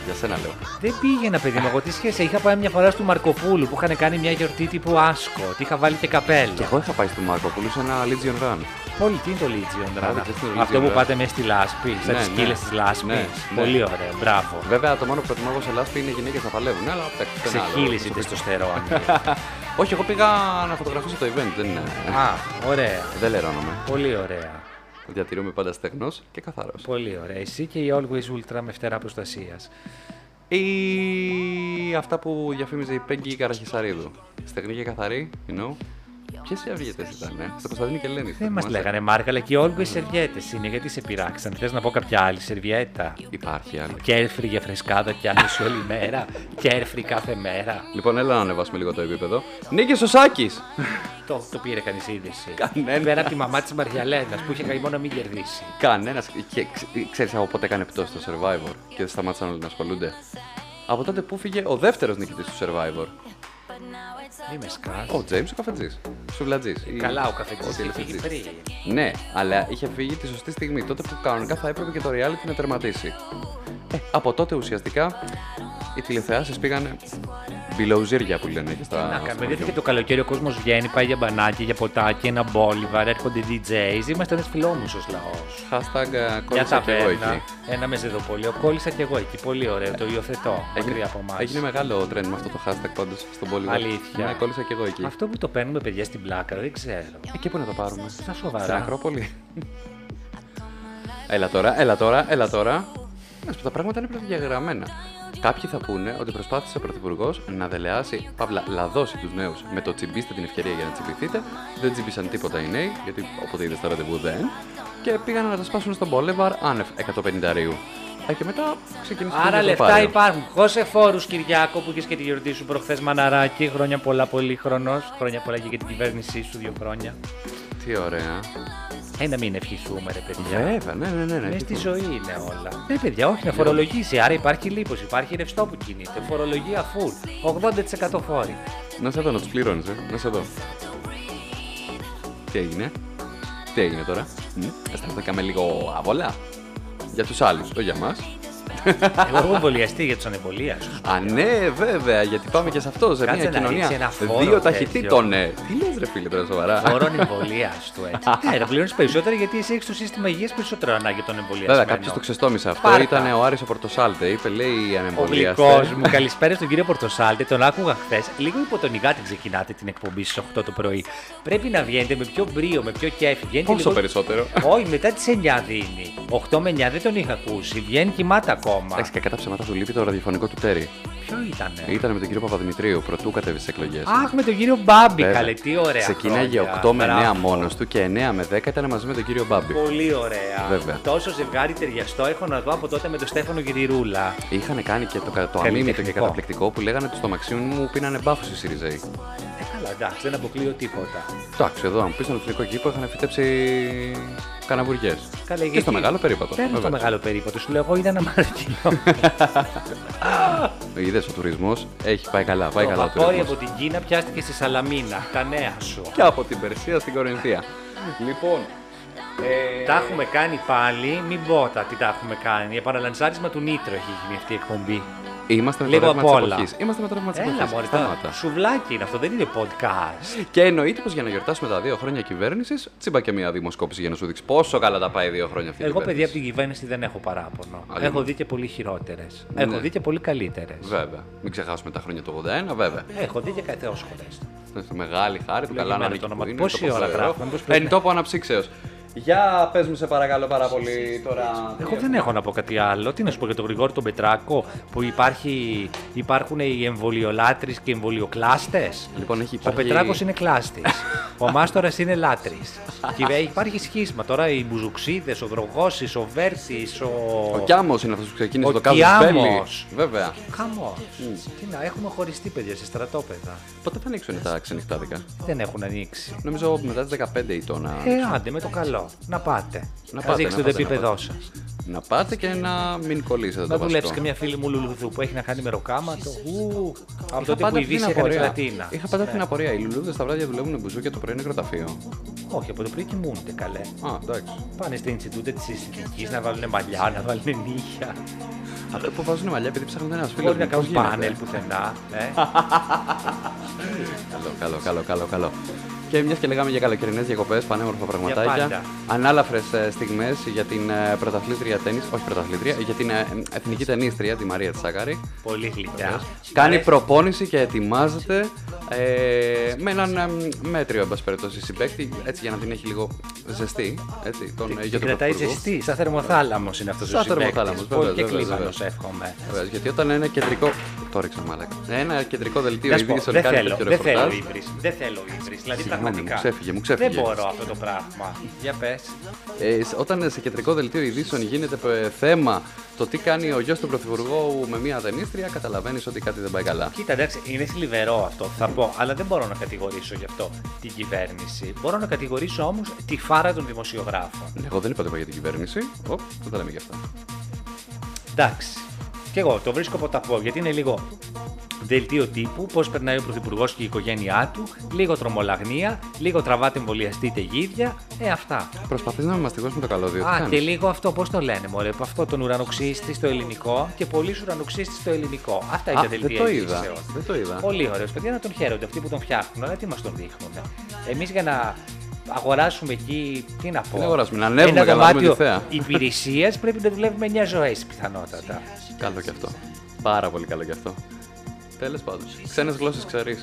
Για σένα λέω. Δεν πήγαινα, παιδί μου. Εγώ τι σχέση. Είχα πάει μια φορά στο Μαρκοπούλου που είχαν κάνει μια γιορτή τύπου Άσκο. Τι είχα βάλει και Και καπέλο. εγώ είχα πάει στο Μαρκοπούλου σε ένα Legion Run. Πολύ, τι είναι το Legion Α, Run. δεν ξέρω το Legion Αυτό που Run. πάτε μέσα στη λάσπη, σαν Ναι, τις ναι. σκύλες της λάσπης. Ναι, ναι. Πολύ ωραίο, μπράβο. Βέβαια, το μόνο που προτιμώ εγώ σε λάσπη είναι οι γυναίκες να παλεύουν, Ναι, αλλά εντάξει, αυτό είναι άλλο. Ξεχύλισε η (laughs) τεστοστερόνη. Όχι, εγώ πήγα να φωτογραφίσω το event, δεν είναι. Α, ωραία. Δεν λερώνομαι. Πολύ ωραία. Διατηρούμε πάντα στεγνός και καθαρός. Πολύ ωραία. Εσύ και η Always Ultra με φτερά προστασίας. Ή αυτά που διαφήμιζε η Πέγκη Καραχισαρίδου. Στεγνή και καθαρή, you know. Ποιες οι αυγητέ ήταν, ε? στο Κωνσταντίνο και Ελένη. Δεν μας θυμάσαι? λέγανε μάρκα, αλλά και οι Always σερβιέτες είναι. Γιατί σε πειράξαν. Θες να πω κάποια άλλη σερβιέτα. Υπάρχει άλλη. Κέρφρι για φρεσκάδα κι άνοιξε όλη μέρα. Κέρφρι κάθε μέρα. Λοιπόν, έλα να ανεβάσουμε λίγο το επίπεδο. Νίκης ο Σάκης! Το, το πήρε κανείς είδηση. Κανένας. Πέρα από τη μαμά της Μαριαλένας που είχε καημό να μην κερδίσει. Κανένας. Ξέρεις από πότε έκανε πτώση στο survivor και δεν σταμάτησαν όλοι να ασχολούνται. Από τότε που φύγε ο δεύτερος νικητής του survivor. Μη με σκάς. Ο Τζέιμ ο καφετζής. Σουβλατζή. Ε, Καλά, ο καφετζής είχε φύγει πριν. Ναι, αλλά είχε φύγει τη σωστή στιγμή. Τότε που κανονικά θα έπρεπε και το reality να τερματίσει. Ε, από τότε ουσιαστικά οι τηλεθεάσεις πήγανε μπιλοουζίρια που λένε και στα. Να στα κάνουμε. Γιατί χωριό. και το καλοκαίρι ο κόσμος βγαίνει, πάει για μπανάκι, για ποτάκι, ένα μπόλιβαρ, έρχονται DJs. Είμαστε ένας φιλόμουσος λαός. Hashtag ε, Μια κόλλησα και εγώ ταβέρνα, εκεί. ένα μεζεδοπολείο. Κόλλησα και εγώ εκεί. Πολύ ωραίο, το υιοθετώ. Μακριά από εμάς. έγινε μεγάλο τρέν με αυτό το hashtag πάντω στον Πολυβέρ. Αλήθεια. Ναι, κόλλησα και εγώ εκεί. Αυτό που το παίρνουμε, παιδιά, στην πλάκα, δεν ξέρω. Ε, και πού να το πάρουμε. Στα σοβαρά. Στην (laughs) Ακρόπολη. έλα τώρα, έλα τώρα, έλα τώρα. Να σου πω, τα πράγματα είναι προδιαγραμμένα. Κάποιοι θα πούνε ότι προσπάθησε ο Πρωθυπουργός να δελεάσει, παύλα, λαδώσει τους νέους με το τσιμπήστε την ευκαιρία για να τσιμπηθείτε. Δεν τσιμπήσαν τίποτα οι νέοι, γιατί όποτε είδες στο ραντεβού δεν. Και πήγαν να τα σπάσουν στον Μπολέβαρ άνευ 150 ρίου. Ε, και μετά ξεκίνησε το Άρα λεφτά τροπάριο. υπάρχουν. Χώσε φόρους, Κυριάκο, που είχες και τη γιορτή σου προχθές Μαναράκη. Χρόνια πολλά, πολύ χρόνο. Χρόνια πολλά και για την κυβέρνησή σου, δύο χρόνια. Τι ωραία. Ε, να μην ευχηθούμε, ρε παιδιά. Βέβαια, ναι, ναι, ναι. ναι. Μέσα Τι στη πω. ζωή είναι όλα. Ναι, παιδιά, όχι να φορολογήσει. Άρα υπάρχει λίπος, υπάρχει ρευστό που κινείται. Φορολογία full. 80% φόροι. Να σε δω να τους πληρώνεις, ε. Να σε δω. Τι έγινε. Τι έγινε τώρα. Μ? Αισθανθήκαμε λίγο αβολά. Για τους άλλους, όχι για μας. Εγώ έχω εμβολιαστεί για τους ανεμβολίασου. Α, ναι, βέβαια, γιατί πάμε και σε αυτό, σε Κάτσε μια να ρίξει ένα κοινωνία. φόρο Δύο τέτοιο. ταχυτήτων, ε. Τι λες, ρε φίλε, τώρα σοβαρά. Φόρων εμβολίας του έτσι. (laughs) Ναι, ρε, πληρώνει περισσότερα γιατί εσύ έχεις το σύστημα υγείας περισσότερο ανάγκη από τον εμβολιασμό. Βέβαια, κάποιος το ξεστόμησε αυτό. Πάρτα. Ήταν ο Άρης ο Πορτοσάλτε. Είπε, λέει, Ο ανεμβολία. γλυκός (laughs) μου, καλησπέρα στον κύριο Πορτοσάλτε. Τον άκουγα χθες. Λίγο υποτονικά την ξεκινάτε την εκπομπή στις 8 το πρωί. Πρέπει να βγαίνετε με πιο μπρίο, με πιο κέφι. Βγαίνετε Πόσο λίγο- περισσότερο. Όχι, μετά τις 9 δίνει. 8 με 9 δεν τον είχα ακούσει. Βγαίνει κοιμάται ακόμα. Εντάξει, κακά τα ψέματα του λείπει το ραδιοφωνικό του Τέρι. Ποιο ήτανε. Ήταν με τον κύριο Παπαδημητρίου, πρωτού κατέβει στι εκλογές. Αχ, με τον κύριο Μπάμπη, Βέβαια. καλέ, τι ωραία. Ξεκίναγε χρόνια. 8 με 9 Μπράβο. μόνος του και 9 με 10 ήταν μαζί με τον κύριο Μπάμπη. Πολύ ωραία. Βέβαια. Τόσο ζευγάρι ταιριαστό έχω να δω από τότε με τον Στέφανο Γυριρούλα. Είχαν κάνει και το, κα- το Καλλιτεχνικό. αμήμητο και καταπληκτικό που λέγανε ότι στο μαξίμι μου πίνανε μπάφου οι Σιριζέοι. Ε, καλά, εντάξει, δεν αποκλείω τίποτα. Εντάξει, εδώ, αν πεις στον εθνικό κήπο, είχαν φυτέψει καναβουριές. Καλά, Και στο μεγάλο περίπατο. Παίρνω το μεγάλο περίπατο. Σου λέω, εγώ είδα ένα μαρκινό. Είδες ο τουρισμός έχει πάει καλά. (laughs) Πάει το καλά ο βαπόρι από τουρισμό. την Κίνα πιάστηκε στη Σαλαμίνα. Τα νέα σου. Και από την Περσία στην Κορινθία. λοιπόν, Ε, Τα έχουμε κάνει πάλι, μην πω τα τι τα έχουμε κάνει. Επαναλανσάρισμα του Νίτρο έχει γίνει αυτή η εκπομπή. Είμαστε με το Λίγο ρεύμα απ' της όλα. εποχής. Είμαστε με το ρεύμα της Έλα εποχής. μωρέ, Σταμάτα. τα... σουβλάκι είναι αυτό, δεν είναι podcast. Και εννοείται πως για να γιορτάσουμε τα δύο χρόνια κυβέρνησης, τσίμπα και μια δημοσκόπηση για να σου δείξει πόσο καλά τα πάει δύο χρόνια αυτή η Εγώ, παιδιά, από κυβέρνηση. την κυβέρνηση δεν έχω παράπονο. Αλήθεια. Έχω δει και πολύ χειρότερες. Ναι. Έχω δει και πολύ καλύτερες. Βέβαια. Μην ξεχάσουμε τα χρόνια του 81, βέβαια. Έχω δει και καθεόσχολε. Στη μεγάλη χάρη του Λέγε καλά να μέρα είναι το όνομα. που είναι, Πόση το ώρα ποδαρό. γράφουμε, πώς πρέπει Εν να- τόπο αναψύξεως. Για πες μου σε παρακαλώ πάρα πολύ τώρα. Εγώ δεν έχω να πω κάτι άλλο. Τι να σου πω για τον Γρηγόρη τον Πετράκο που υπάρχει, υπάρχουν οι εμβολιολάτρε και εμβολιοκλάστες. Λοιπόν, έχει Ο υπάρχει- Πετράκος είναι κλάστης. (laughs) ο Μάστορας είναι λάτρης. και βέ- υπάρχει σχίσμα τώρα οι μπουζουξίδες, ο Δρογόση, ο Βέρτης, ο. Ο Κιάμος είναι αυτός που ξεκίνησε Ο το Κάζους Μπέλη. Κιάμος. Βέβαια. Χαμός. Τι να, έχουμε χωριστεί παιδιά σε στρατόπεδα. Πότε θα ανοίξουν τα ξενυχτάδικα. Δεν έχουν ανοίξει. Νομίζω μετά τις 15 ετών να Ε, άντε με το καλό. Να πάτε. Να Να πάτε. πάτε, να δείξετε το πάτε, να επίπεδό πάτε. σας. Να πάτε και να μην Να κολλήσετε το δουλέψει και βασικό. μια φίλη μου Λουλουδού που έχει να κάνει με ροκάματο. Ου, από Είχα τότε που πάντα η αυτή την Δύση έκανε απορία. πλατίνα. Είχα πάντα την απορία. Οι λουλούδες τα βράδια δουλεύουν μπουζούκια το πρωί είναι κροταφείο. Όχι, από το πρωί κοιμούνται καλέ. Α, εντάξει. Πάνε στα Ινστιτούτα τη Αισθητική να βάλουν μαλλιά, να βάλουν νύχια. Αυτό που βάζουν μαλλιά επειδή ψάχνουν ένα φίλο. Μπορεί να κάνουν πάνελ πουθενά. ε. Καλό, καλό, καλό, καλό, καλό. Και μιας και λέγαμε για καλοκαιρινές διακοπές, πανέμορφα πραγματάκια. πάντα. Ανάλαφρες στιγμές για την ε, πρωταθλήτρια τέννη, όχι πρωταθλήτρια, για την ε, ε, εθνική ταινίστρια, τη Μαρία Τσάκαρη. Πολύ γλυκιά. Ε, Κάνει προπόνηση και ετοιμάζεται ε, με έναν ε, μέτριο, εν πάση περιπτώσει, συμπέκτη, έτσι για να την έχει λίγο ζεστή. Έτσι, τον, ε, Την για τον κρατάει Πρωθυπουργό. ζεστή, σαν θερμοθάλαμος είναι αυτός ο Σαν συμπαίκτης. θερμοθάλαμος, Πολύ βέβαια, και βέβαια, κλίμανο, βέβαια. εύχομαι. Βέβαια, γιατί όταν ένα κεντρικό. Το ρίξα μαλάκα. Ένα κεντρικό δελτίο Να σου πω, ειδήσεων δεν κάνει θέλω, τέτοιο δεν θέλω ρεπορτάζ. ύβρι. Δεν θέλω ύβρι. Δηλαδή Συγγνώμη, πραγματικά. μου ξέφυγε, μου ξέφυγε. Δεν μπορώ αυτό το πράγμα. Για πες. Ε, σ- όταν σε κεντρικό δελτίο ειδήσεων γίνεται ε, θέμα το τι κάνει ο γιος του Πρωθυπουργού με μία ταινίστρια, καταλαβαίνεις ότι κάτι δεν πάει καλά. Κοίτα, εντάξει, είναι θλιβερό αυτό, θα πω, αλλά δεν μπορώ να κατηγορήσω γι' αυτό την κυβέρνηση. Μπορώ να κατηγορήσω όμως τη φάρα των δημοσιογράφων. Εγώ δεν είπα τίποτα για την κυβέρνηση. Οπ, δεν τα λέμε για αυτά. Εντάξει. Και εγώ το βρίσκω ποταπό γιατί είναι λίγο δελτίο τύπου, πώς περνάει ο Πρωθυπουργός και η οικογένειά του, λίγο τρομολαγνία, λίγο τραβάτε εμβολιαστείτε γίδια, ε αυτά. Προσπαθείς να με μαστιγώσει με το καλώδιο. τι Α, κάνεις? και λίγο αυτό, πώς το λένε, Μωρέ, από αυτό τον ουρανοξύστη στο ελληνικό και πολλοί ουρανοξύστη στο ελληνικό. Αυτά είναι Α, τα δελτία. δεν το είδα. ειδήσεων. Δεν το είδα. Πολύ ωραίος. Παιδιά να τον χαίρονται αυτοί που τον φτιάχνουν, αλλά τι μας τον δείχνουν. Εμείς για να αγοράσουμε εκεί, τι να πω. Τι να αγοράσουμε, να ανέβουμε και να βάλουμε τη θέα. υπηρεσία πρέπει να δουλεύουμε 9 ζωές πιθανότατα. Καλό κι αυτό. Πάρα πολύ καλό κι αυτό. Τέλος πάντων. Ξένες γλώσσες ξέρεις.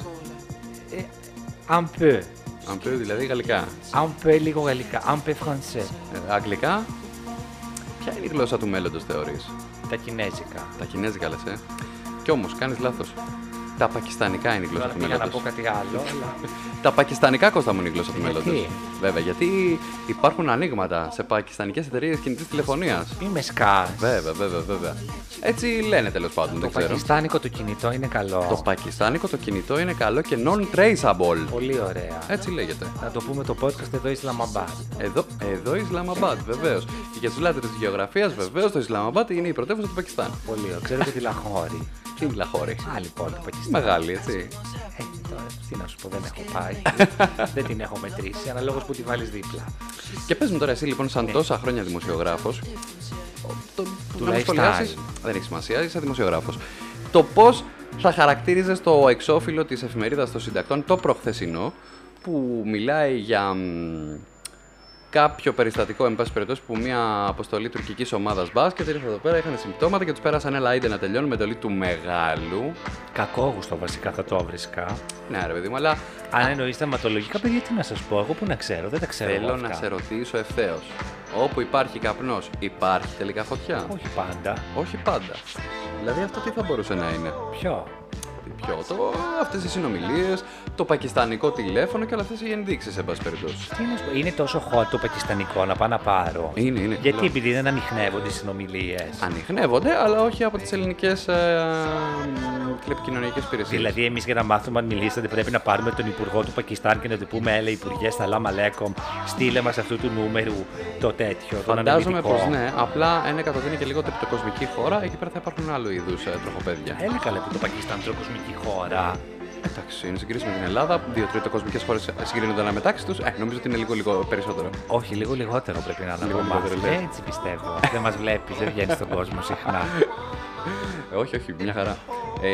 Un peu. Αν πει δηλαδή γαλλικά. Un peu λίγο γαλλικά. Un peu français. Ε, αγγλικά. Ποια είναι η γλώσσα του μέλλοντος, θεωρείς. Τα κινέζικα. Τα κινέζικα λες, ε. Κι όμως, κάνεις λάθος. Τα πακιστανικά είναι η γλώσσα Τώρα του πήγα να πω μέλλοντο. κάτι άλλο. αλλά- Τα πακιστανικά Κώστα μου είναι η γλώσσα του Γιατί? μέλλοντο. Βέβαια, γιατί υπάρχουν ανοίγματα σε πακιστανικές εταιρείες κινητής τηλεφωνίας. Μη με σκάς. Βέβαια, βέβαια, βέβαια. Έτσι λένε τέλος πάντων, Το δεν ξέρω. πακιστάνικο το κινητό είναι καλό. Το πακιστάνικο το κινητό είναι καλό και non-traceable. Πολύ ωραία. Έτσι λέγεται. Να το πούμε το podcast εδώ Ισλαμαμπάτ. Εδώ, εδώ Ισλαμαμπάτ, βεβαίως. Και για τους λάτρες της γεωγραφίας, βεβαίως το Ισλαμαμπάτ είναι η πρωτεύουσα του Πακιστάν. Πολύ ωραία. Ξέρω και τη Λαχώρη. Τι είναι λαχώρη. Άλλη πόλη του Πακιστάν. Μεγάλη, έτσι. Ε, τώρα, τι να σου πω, δεν έχω πάει. (laughs) δεν την έχω μετρήσει, αναλόγως που τη βάλεις δίπλα. Και πες μου τώρα εσύ λοιπόν, σαν τόσα χρόνια δημοσιογράφος, το, το, να μου Lifestyle. σχολιάσεις, δεν έχει σημασία, είσαι δημοσιογράφος, το πώς θα χαρακτήριζες το εξώφυλλο της εφημερίδας των συντακτών, το προχθεσινό, που μιλάει για μ, κάποιο περιστατικό, εν πάση περιπτώσει, που μια αποστολή τουρκικής ομάδας μπάσκετ ήρθε εδώ πέρα, είχαν συμπτώματα και τους πέρασαν, έλα είτε να τελειώνουν με εντολή του μεγάλου. Κακόγουστο βασικά θα το βρίσκα. Ναι ρε παιδί μου, αλλά Αν εννοείς θεματολογικά, παιδιά, τι να σας πω, εγώ που να ξέρω, δεν τα ξέρω εγώ θέλω αυτά. να σε ρωτήσω ευθέως. Όπου υπάρχει καπνός, υπάρχει τελικά φωτιά. Όχι πάντα. Όχι πάντα. Δηλαδή αυτό τι θα μπορούσε να είναι. Ποιο. Τι Πιο το, αυτές οι συνομιλίες, το πακιστανικό τηλέφωνο και όλα αυτές οι ενδείξεις, εν πάση περιπτώσει. Τι να σου πω, είναι τόσο hot το πακιστανικό να πάω να πάρω. Είναι, είναι. Γιατί Λέω. επειδή δεν ανοιχνεύονται οι συνομιλίες. Ανοιχνεύονται, αλλά όχι από τις ελληνικές ε, μ, τηλεπικοινωνιακές υπηρεσίες. Δηλαδή, εμείς για να μάθουμε αν μιλήσατε, πρέπει να πάρουμε τον υπουργό του Πακιστάν και να του πούμε: Έλα, υπουργέ, σαλάμ αλέκομ, στείλε μας αυτού του νούμερου το τέτοιο. τον Φαντάζομαι αναλυτικό». πως ναι, απλά ένα εκατομμύριο και λίγο τριτοκοσμική χώρα, εκεί πέρα θα υπάρχουν άλλου είδους ε, τροχοπέδια. Έλα, καλά, που το Πακιστάν είναι τροκοσμική χώρα. Εντάξει, είναι συγκρίση με την Ελλάδα. Δύο τρίτα κοσμικές χώρες συγκρίνονται ανάμεταξύ τους. Ε, νομίζω ότι είναι λίγο, λίγο περισσότερο. Όχι, λίγο λιγότερο πρέπει να είναι Λίγο από εμάς. λιγότερο, ναι. λέει. Έτσι πιστεύω. δεν μας βλέπεις, δεν βγαίνεις στον κόσμο συχνά. Ε, όχι, όχι, μια χαρά. Ε,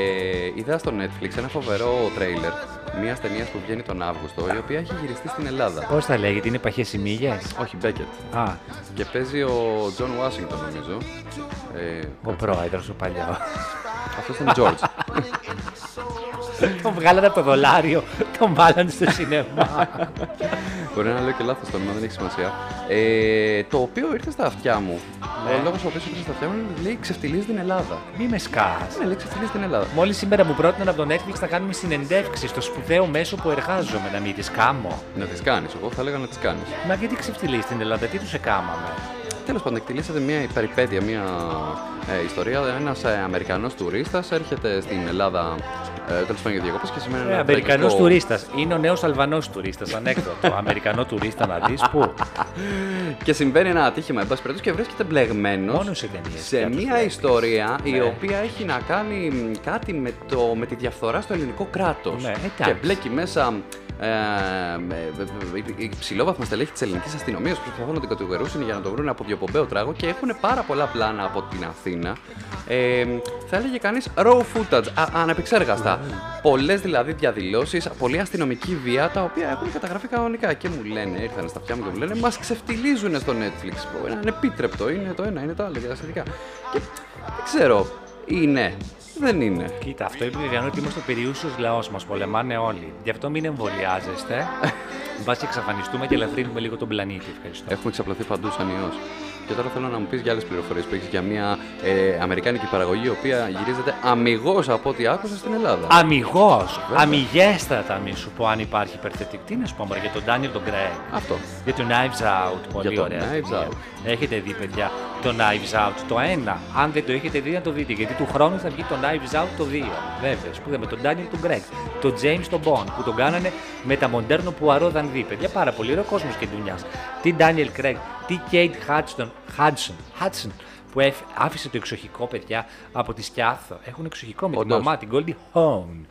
είδα στο Netflix ένα φοβερό τρέιλερ μια ταινία που βγαίνει τον Αύγουστο, η οποία έχει γυριστεί στην Ελλάδα. Πώς θα λέγεται, είναι παχέ ημίγες. Όχι, Μπέκετ. Α, Και παίζει ο Τζον Ουάσιγκτον, νομίζω. Ε, ο πρόεδρος ο παλιός. αυτός ήταν George. τον βγάλανε από το δολάριο, τον βάλανε στο σινεμά. Μπορεί να λέω και λάθος το όνομα, δεν έχει σημασία. Ε, το οποίο ήρθε στα αυτιά μου. Ο λόγος ο οποίος ήρθε στα αυτιά μου είναι ότι λέει ξεφτυλίζει την Ελλάδα. Μη με σκάς. Ναι, λέει ξεφτυλίζει την Ελλάδα. Μόλις σήμερα μου πρότειναν από το Netflix να κάνουμε συνεντεύξεις στο σπουδαίο μέσο που εργάζομαι, να μην τις κάμω. Να τις κάνεις, εγώ θα έλεγα να τις κάνεις. Μα γιατί ξεφτυλεί στην Ελλάδα, τι τους εκάμαμε. Τέλος πάντων, εκτελήσατε μια περιπέτεια, μια ε, ιστορία. Ένας ε, Αμερικανός τουρίστας έρχεται στην Ελλάδα ε, τέλος πάντων για διακοπές και σημαίνει Ε, ένα. Αμερικανός τραγικό- τουρίστας. Είναι ο νέος Αλβανός τουρίστας, ανέκδοτο. Αμερικανό τουρίστα να δεις που. Και συμβαίνει ένα ατύχημα, εν πάση περιπτώσει, και βρίσκεται μπλεγμένος Μόνος σε ταινίες, για τους μια Blacklist. ιστορία η Ναι. οποία έχει να κάνει μ, κάτι με, το, με τη διαφθορά στο ελληνικό κράτος. Ναι, εντάξει. και μπλέκει μέσα ε, με- με- υψηλόβαθμα στελέχη τη ελληνική αστυνομία που προσπαθούν να την κατηγορούσουν για να το βρουν από διοπομπαίο τράγο και έχουν πάρα πολλά πλάνα από την Αθήνα. Ε, θα έλεγε κανεί raw footage, α, ανεπεξέργαστα. Πολλέ δηλαδή διαδηλώσει, πολλή αστυνομική βία τα οποία έχουν καταγραφεί κανονικά. Και μου λένε, ήρθαν στα αυτιά μου και μου λένε, μα ξεφτυλίζουν στο Netflix. Πω, Είναι ανεπίτρεπτο, είναι το ένα, είναι το άλλο και τα σχετικά. Και δεν ξέρω, είναι, δεν είναι. Κοίτα, αυτό επιβεβαιώνει ότι είμαστε ο περιούσιος λαός μας. Πολεμάνε όλοι. Γι' αυτό μην εμβολιάζεστε. Μπα και εξαφανιστούμε και ελαφρύνουμε λίγο τον πλανήτη. Ευχαριστώ. Έχουμε ξαπλωθεί παντού σαν ιός. Και τώρα θέλω να μου πεις για άλλες πληροφορίες που έχεις για μια ε, αμερικάνικη παραγωγή η οποία γυρίζεται αμυγός από ό,τι άκουσα στην Ελλάδα. Αμυγός! Αμυγέστατα, μη σου πω, αν υπάρχει υπερθετική. Τι να σου πω, μωρέ, για τον Ντάνιελ τον Κρέγκ. Αυτό. Για το Knives Out, πολύ το ωραία. Knives ταινία. Out. Έχετε δει, παιδιά, το Knives Out το 1. Αν δεν το έχετε δει, να το δείτε. Γιατί του χρόνου θα βγει το Knives Out το 2. Βέβαια, που είδαμε τον Daniel του Greg, τον James τον Bond που τον κάνανε με τα μοντέρνο που αρόδαν δει. Παιδιά, πάρα πολύ ωραίο κόσμος και δουλειά. Τι Daniel Craig, τι Kate Hudson, Hudson, Hudson που έφ- άφησε το εξοχικό, παιδιά, από τη Σκιάθο. Έχουν εξοχικό με τη Όντως. μαμά, την Goldie Hawn.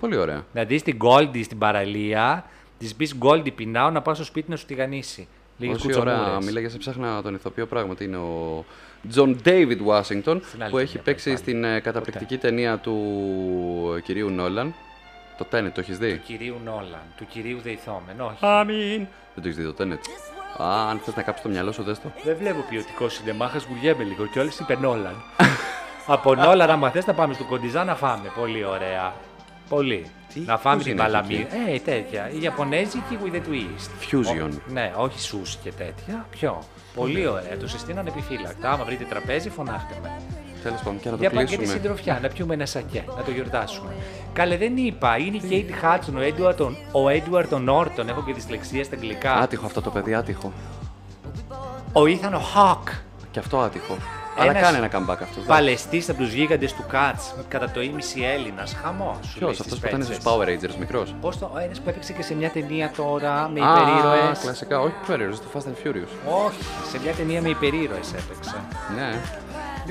Πολύ ωραία. Να δει την Goldie Δηλαδή στην παραλία, της πει Goldie πεινάω να πάω στο σπίτι να σου τη γανίσει. Λίγε Όση ώρα μιλάγε, σε ψάχνα τον ηθοποιό πράγματι είναι ο John David Washington Στην άλλη που έχει ταινία, παίξει πάλι. στην ε, καταπληκτική ταινία του ε, κυρίου Νόλαν. Το Tenet, το έχεις δει. Του κυρίου Νόλαν, του κυρίου Δεϊθόμεν. Όχι. Δεν το έχεις δει το Tenet. Α, αν θες να κάψεις το μυαλό σου, δες το. Δεν βλέπω ποιοτικό σινεμά, χασμουριέμαι λίγο και όλες είπε Νόλαν. (laughs) Από Νόλαν, άμα θες να πάμε στο Κοντιζά να φάμε. Πολύ ωραία. Πολύ. Τι να φάμε την κουζίνα έχει παλαμίδα. Ε, τέτοια. Η Ιαπωνέζικη with the twist. Fusion. Ο- ναι, όχι σους και τέτοια. Πιο. Πολύ ωραία. Το συστήνανε επιφύλακτα. Άμα βρείτε τραπέζι, φωνάχτε με. Τέλος πάντων, και να το Για παγκέτη κλείσουμε. συντροφιά, να πιούμε ένα σακέ, να το γιορτάσουμε. Καλέ, δεν είπα, είναι η Κέιτ Χάτσον, ο Έντουαρτ ο Έντουαρτ τον Όρτον, έχω και δυσλεξία στα αγγλικά. Άτυχο αυτό το παιδί, άτυχο. Ο Ήθαν ο Χακ, Και αυτό άτυχο. Αλλά Ένας κάνει ένα comeback αυτό. παλαιστής από τους γίγαντες του Κάτς, κατά το ήμιση Έλληνας. Χαμός. Ποιο αυτό που ήταν στους Power Rangers μικρός. Πώς το. Ένας που έπαιξε και σε μια ταινία τώρα με Α, υπερήρωες. κλασικά, όχι του Warriors, του Fast and Furious. Όχι, σε μια ταινία με υπερήρωες έπαιξε. Ναι,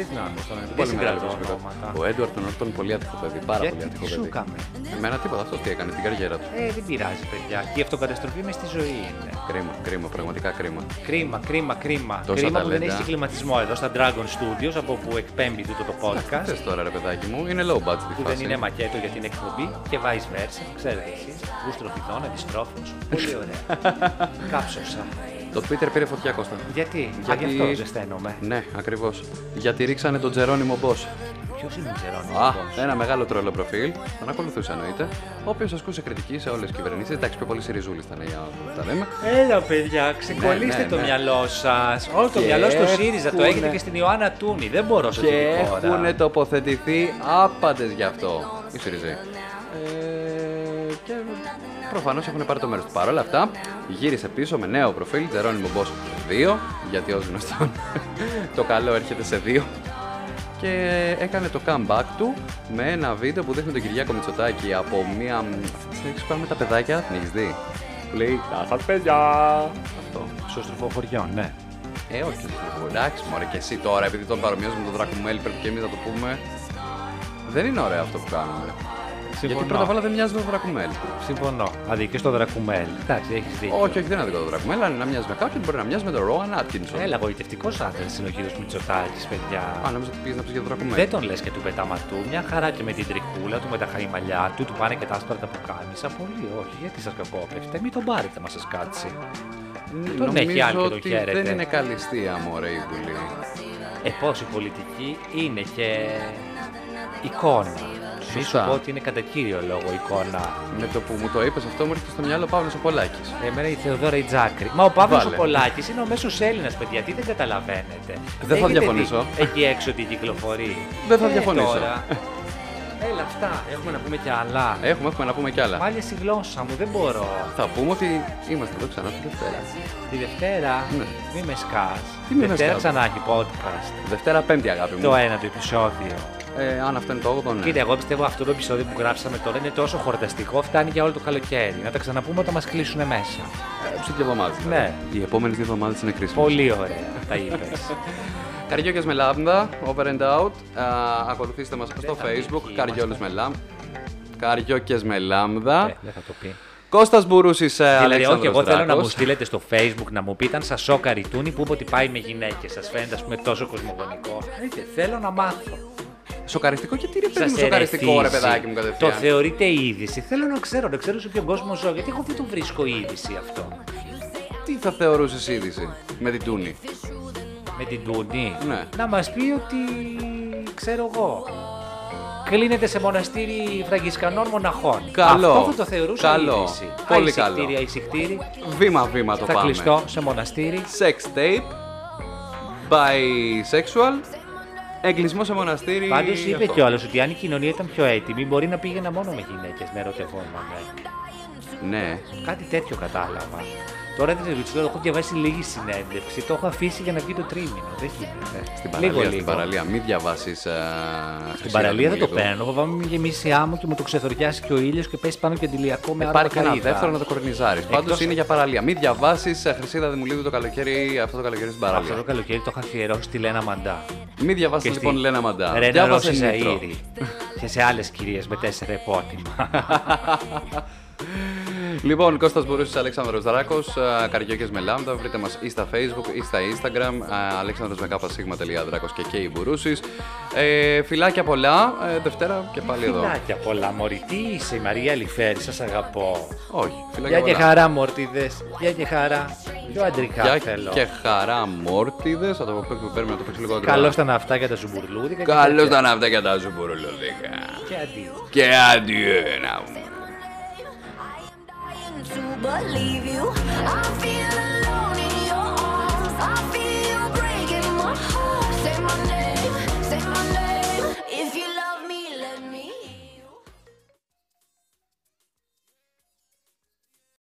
Δεν θυμάμαι τώρα. Δεν πολύ μεγάλη συγκρατώ προσωπικότητα. ονόματα. Ο Έντουαρτ τον Όρτον πολύ άτυχο παιδί, πάρα πολύ Γιατί άτυχο τι παιδί. σου έκαμε. Εμένα τίποτα, αυτός τι έκανε, την καριέρα του. Ε, δεν πειράζει, παιδιά. Και η αυτοκαταστροφή μες στη ζωή είναι. Κρίμα, κρίμα, πραγματικά κρίμα. Κρίμα, κρίμα, κρίμα. Τόσα κρίμα που δεν ταλέντα. έχει κλιματισμό εδώ στα Dragon Studios από όπου εκπέμπει τούτο το Τι podcast. θες τώρα, ρε παιδάκι μου, είναι low budget η που δεν φάση. είναι μακέτο για την εκπομπή και vice versa. Ξέρετε εσείς, γούστρο φιδών, αντιστρόφους. Πολύ (laughs) ωραία. Κάψωσα. Το Twitter πήρε φωτιά, Κώστα. Γιατί, μα γι' αυτό ζεσταίνομαι. Ναι, ακριβώς. Γιατί ρίξανε τον Τζερόνιμο Μπό. Ποιος είναι ο Τζερόνιμο Α, Μπος? ένα μεγάλο τρόλο προφίλ. Τον ακολουθούσε εννοείται. Ο οποίος ασκούσε κριτική σε όλες τις κυβερνήσεις. Εντάξει, πιο πολύ Σιριζούλη ήταν για να τα λέμε. Έλα, παιδιά, ξεκολλήστε Ναι, ναι, το ναι. μυαλό σας. Όλο το Και μυαλό στο ΣΥΡΙΖΑ το έχετε έχουνε- και στην Ιωάννα Τούνη. Δεν μπορώ σε Και αυτή τη χώρα. έχουν τοποθετηθεί άπαντες γι' αυτό. Οι Σιριζέ. Ε, και προφανώ έχουν πάρει το μέρος του. Παρ' όλα αυτά, γύρισε πίσω με νέο προφίλ, Τζερόνιμο Μπό 2, γιατί ως γνωστόν (laughs) το καλό έρχεται σε 2. Και έκανε το comeback του με ένα βίντεο που δείχνει τον Κυριάκο Μητσοτάκη από μία. Αυτή τη με τα παιδάκια, την έχεις δει. Που λέει «Τα σας παιδιά! Αυτό. Στο στροφοχωριό, ναι. Ε, όχι. Εντάξει, μωρέ και εσύ τώρα, επειδή τον παρομοιάζει με τον Δράκο Μέλ, πρέπει και εμείς να το πούμε. Δεν είναι ωραίο αυτό που κάνουμε. Γιατί Συμφωνώ. πρώτα απ' όλα δεν μοιάζει με βρακουμέλ. Συμφωνώ. Αδίκιο στο δρακουμέλ. Εντάξει, έχεις δίκιο. Όχι, όχι, δεν είναι δικό το βρακουμέλ, αλλά να μοιάζει με κάποιον μπορεί να μοιάζει με τον Ρόαν Άτκινσον. Έλα, γοητευτικός άντρας είναι ο κύριος Μητσοτάκης, παιδιά. Α, ναι. νόμιζα ότι πήγες να πεις για το βρακουμέλ. Δεν τον λες και του πεταματού, μια χαρά και με την τριχούλα του, με τα χαϊμαλιά του, του πάνε και τα άσπρα τα πουκάμισα. Πολύ, όχι, γιατί σας κακόπλευτε, μην τον πάρετε να σας κάτσει. Ν- τον έχει Νομίζω άλλη και τον ότι χαίρεται. δεν είναι καλυστία, μωρέ, η Βουλή. Ε, πώς η πολιτική είναι και εικόνα. Μη σου Σωστά. πω ότι είναι κατά κύριο λόγο εικόνα. Με το που μου το είπες αυτό, μου έρχεται στο μυαλό Παύλος ο Πολάκης. Εμένα η Θεοδόρα η Τζάκρη. Μα ο Παύλος ο Βάλε. Πολάκης είναι ο μέσος Έλληνας, παιδιά. Τι δεν καταλαβαίνετε. Δεν θα Έχετε διαφωνήσω. δει Εκεί έξω τι κυκλοφορεί. Δεν θα Ε, διαφωνήσω. τώρα. Έλα αυτά. Έχουμε να πούμε και άλλα. Έχουμε, έχουμε να πούμε κι άλλα. Μάλιστα στη γλώσσα μου δεν μπορώ. Θα πούμε ότι είμαστε εδώ ξανά τη Δευτέρα. Τη Δευτέρα Ναι. μη με σκάς. Τι μη με Δευτέρα σκάς. ξανά έχει podcast. Δευτέρα, Πέμπτη, αγάπη μου. Το ένα του επεισόδιο. Ε, αν αυτό είναι το 8ο, ναι. Κοίτα, εγώ πιστεύω αυτό το επεισόδιο που γράψαμε τώρα είναι τόσο χορταστικό, φτάνει για όλο το καλοκαίρι. Να τα ξαναπούμε όταν μας κλείσουν μέσα. Ε, σε δύο εβδομάδες. Ναι. Οι επόμενες δύο εβδομάδες είναι κρίσιμες. Πολύ ωραία, τα είπες. Καριόκε με λάμδα, over and out. Α, ακολουθήστε μας στο θα πει facebook, ποιοι Καριόλε με λάμδα. Καριόκε με λάμδα. δεν θα το πει. Κώστας Μπουρούσης, Ε, ναι. Δηλαδή, Αλέξανδρος όχι, εγώ θέλω να Δράκος. μου στείλετε στο facebook να μου πείτε αν σας σόκαρε η Τούνη που είπε ότι πάει με γυναίκες. Σας φαίνεται, ας πούμε, τόσο κοσμογονικό. Λέτε, θέλω να μάθω. Σοκαριστικό, γιατί ρε παιδί μου Σα σοκαριστικό, ρε παιδάκι μου κατευθείαν. Το θεωρείτε είδηση. Θέλω να ξέρω, να ξέρω σε ποιον κόσμο ζω. Γιατί εγώ δεν το βρίσκω είδηση αυτό. Τι θα θεωρούσες είδηση με την Τούνη. με την Τούνη Ναι. να μας πει ότι ξέρω εγώ κλείνεται σε μοναστήρι Φραγκισκανών μοναχών. Καλό. Αυτό θα το θεωρούσα Καλό. είδηση. Α, Πολύ εισηκτήρια, καλό. εισηκτήρι. Βήμα-βήμα το θα πάμε. κλειστώ σε μοναστήρι. Sex tape. Bisexual. Εγκλισμός σε μοναστήρι. Πάντως είπε αυτό. κιόλας ότι αν η κοινωνία ήταν πιο έτοιμη, μπορεί να πήγαινα μόνο με γυναίκες να ερωτευόμαστε. Ναι. Κάτι τέτοιο κατάλαβα. Τώρα δεν ξέρω, το έχω διαβάσει λίγη συνέντευξη. Το έχω αφήσει για να βγει το τρίμηνο. Δεν γίνεται. Ε, Στην παραλία, λίγο, στην λίγο. παραλία. Μην ε, διαβάσει. Στην παραλία δεν το παίρνω. Φοβάμαι μου γεμίσει άμμο και μου το ξεθοριάσει και ο ήλιος και πέσει πάνω και τηλιακό με άρμα Υπάρχει Ε, ένα καρύδα. δεύτερο να το κορνιζάρεις. Πάντω ε- είναι για παραλία. Μην διαβάσεις Χρυσίδα Δημουλίδου το καλοκαίρι, αυτό το καλοκαίρι στην Αυτό το παραλία. καλοκαίρι το είχα αφιερώσει στη Λένα Μαντά. Μην διαβάσεις Και στη λοιπόν Λένα Μαντά. Ρένα Διάβασε Ρώση Νίτρο. Ζαΐρη. και σε άλλες κυρίες με τέσσερα επότιμα. Λοιπόν, Κώστας Μπουρούσης, Αλέξανδρος Δράκος, α, Καριόκες με Λάμδα, βρείτε μας ή στα facebook ή στα instagram, α, αλέξανδρος με κάπα σίγμα τελεία δράκος και και η Μπουρούσης. Ε, φιλάκια πολλά, ε, Δευτέρα και πάλι εδώ. Φιλάκια πολλά, Μωρή. Τι είσαι, η Μαρία Λιφέρη, σας αγαπώ. Όχι, φιλάκια Γεια και πολλά. χαρά, Μορτίδες. Γεια και χαρά. Πιο αντρικά θέλω. και χαρά μόρτιδες, θα το παίξουμε, παίρνουμε να το παίξουμε λίγο Καλώ ακριβά. ήταν αυτά για τα ζουμπουρλούδικα. και Καλώς τέτοια. ήταν αυτά και τα ζουμπουρουλουδικά. Και αντίο. Και αντίο να μου. I am dying to believe you. I feel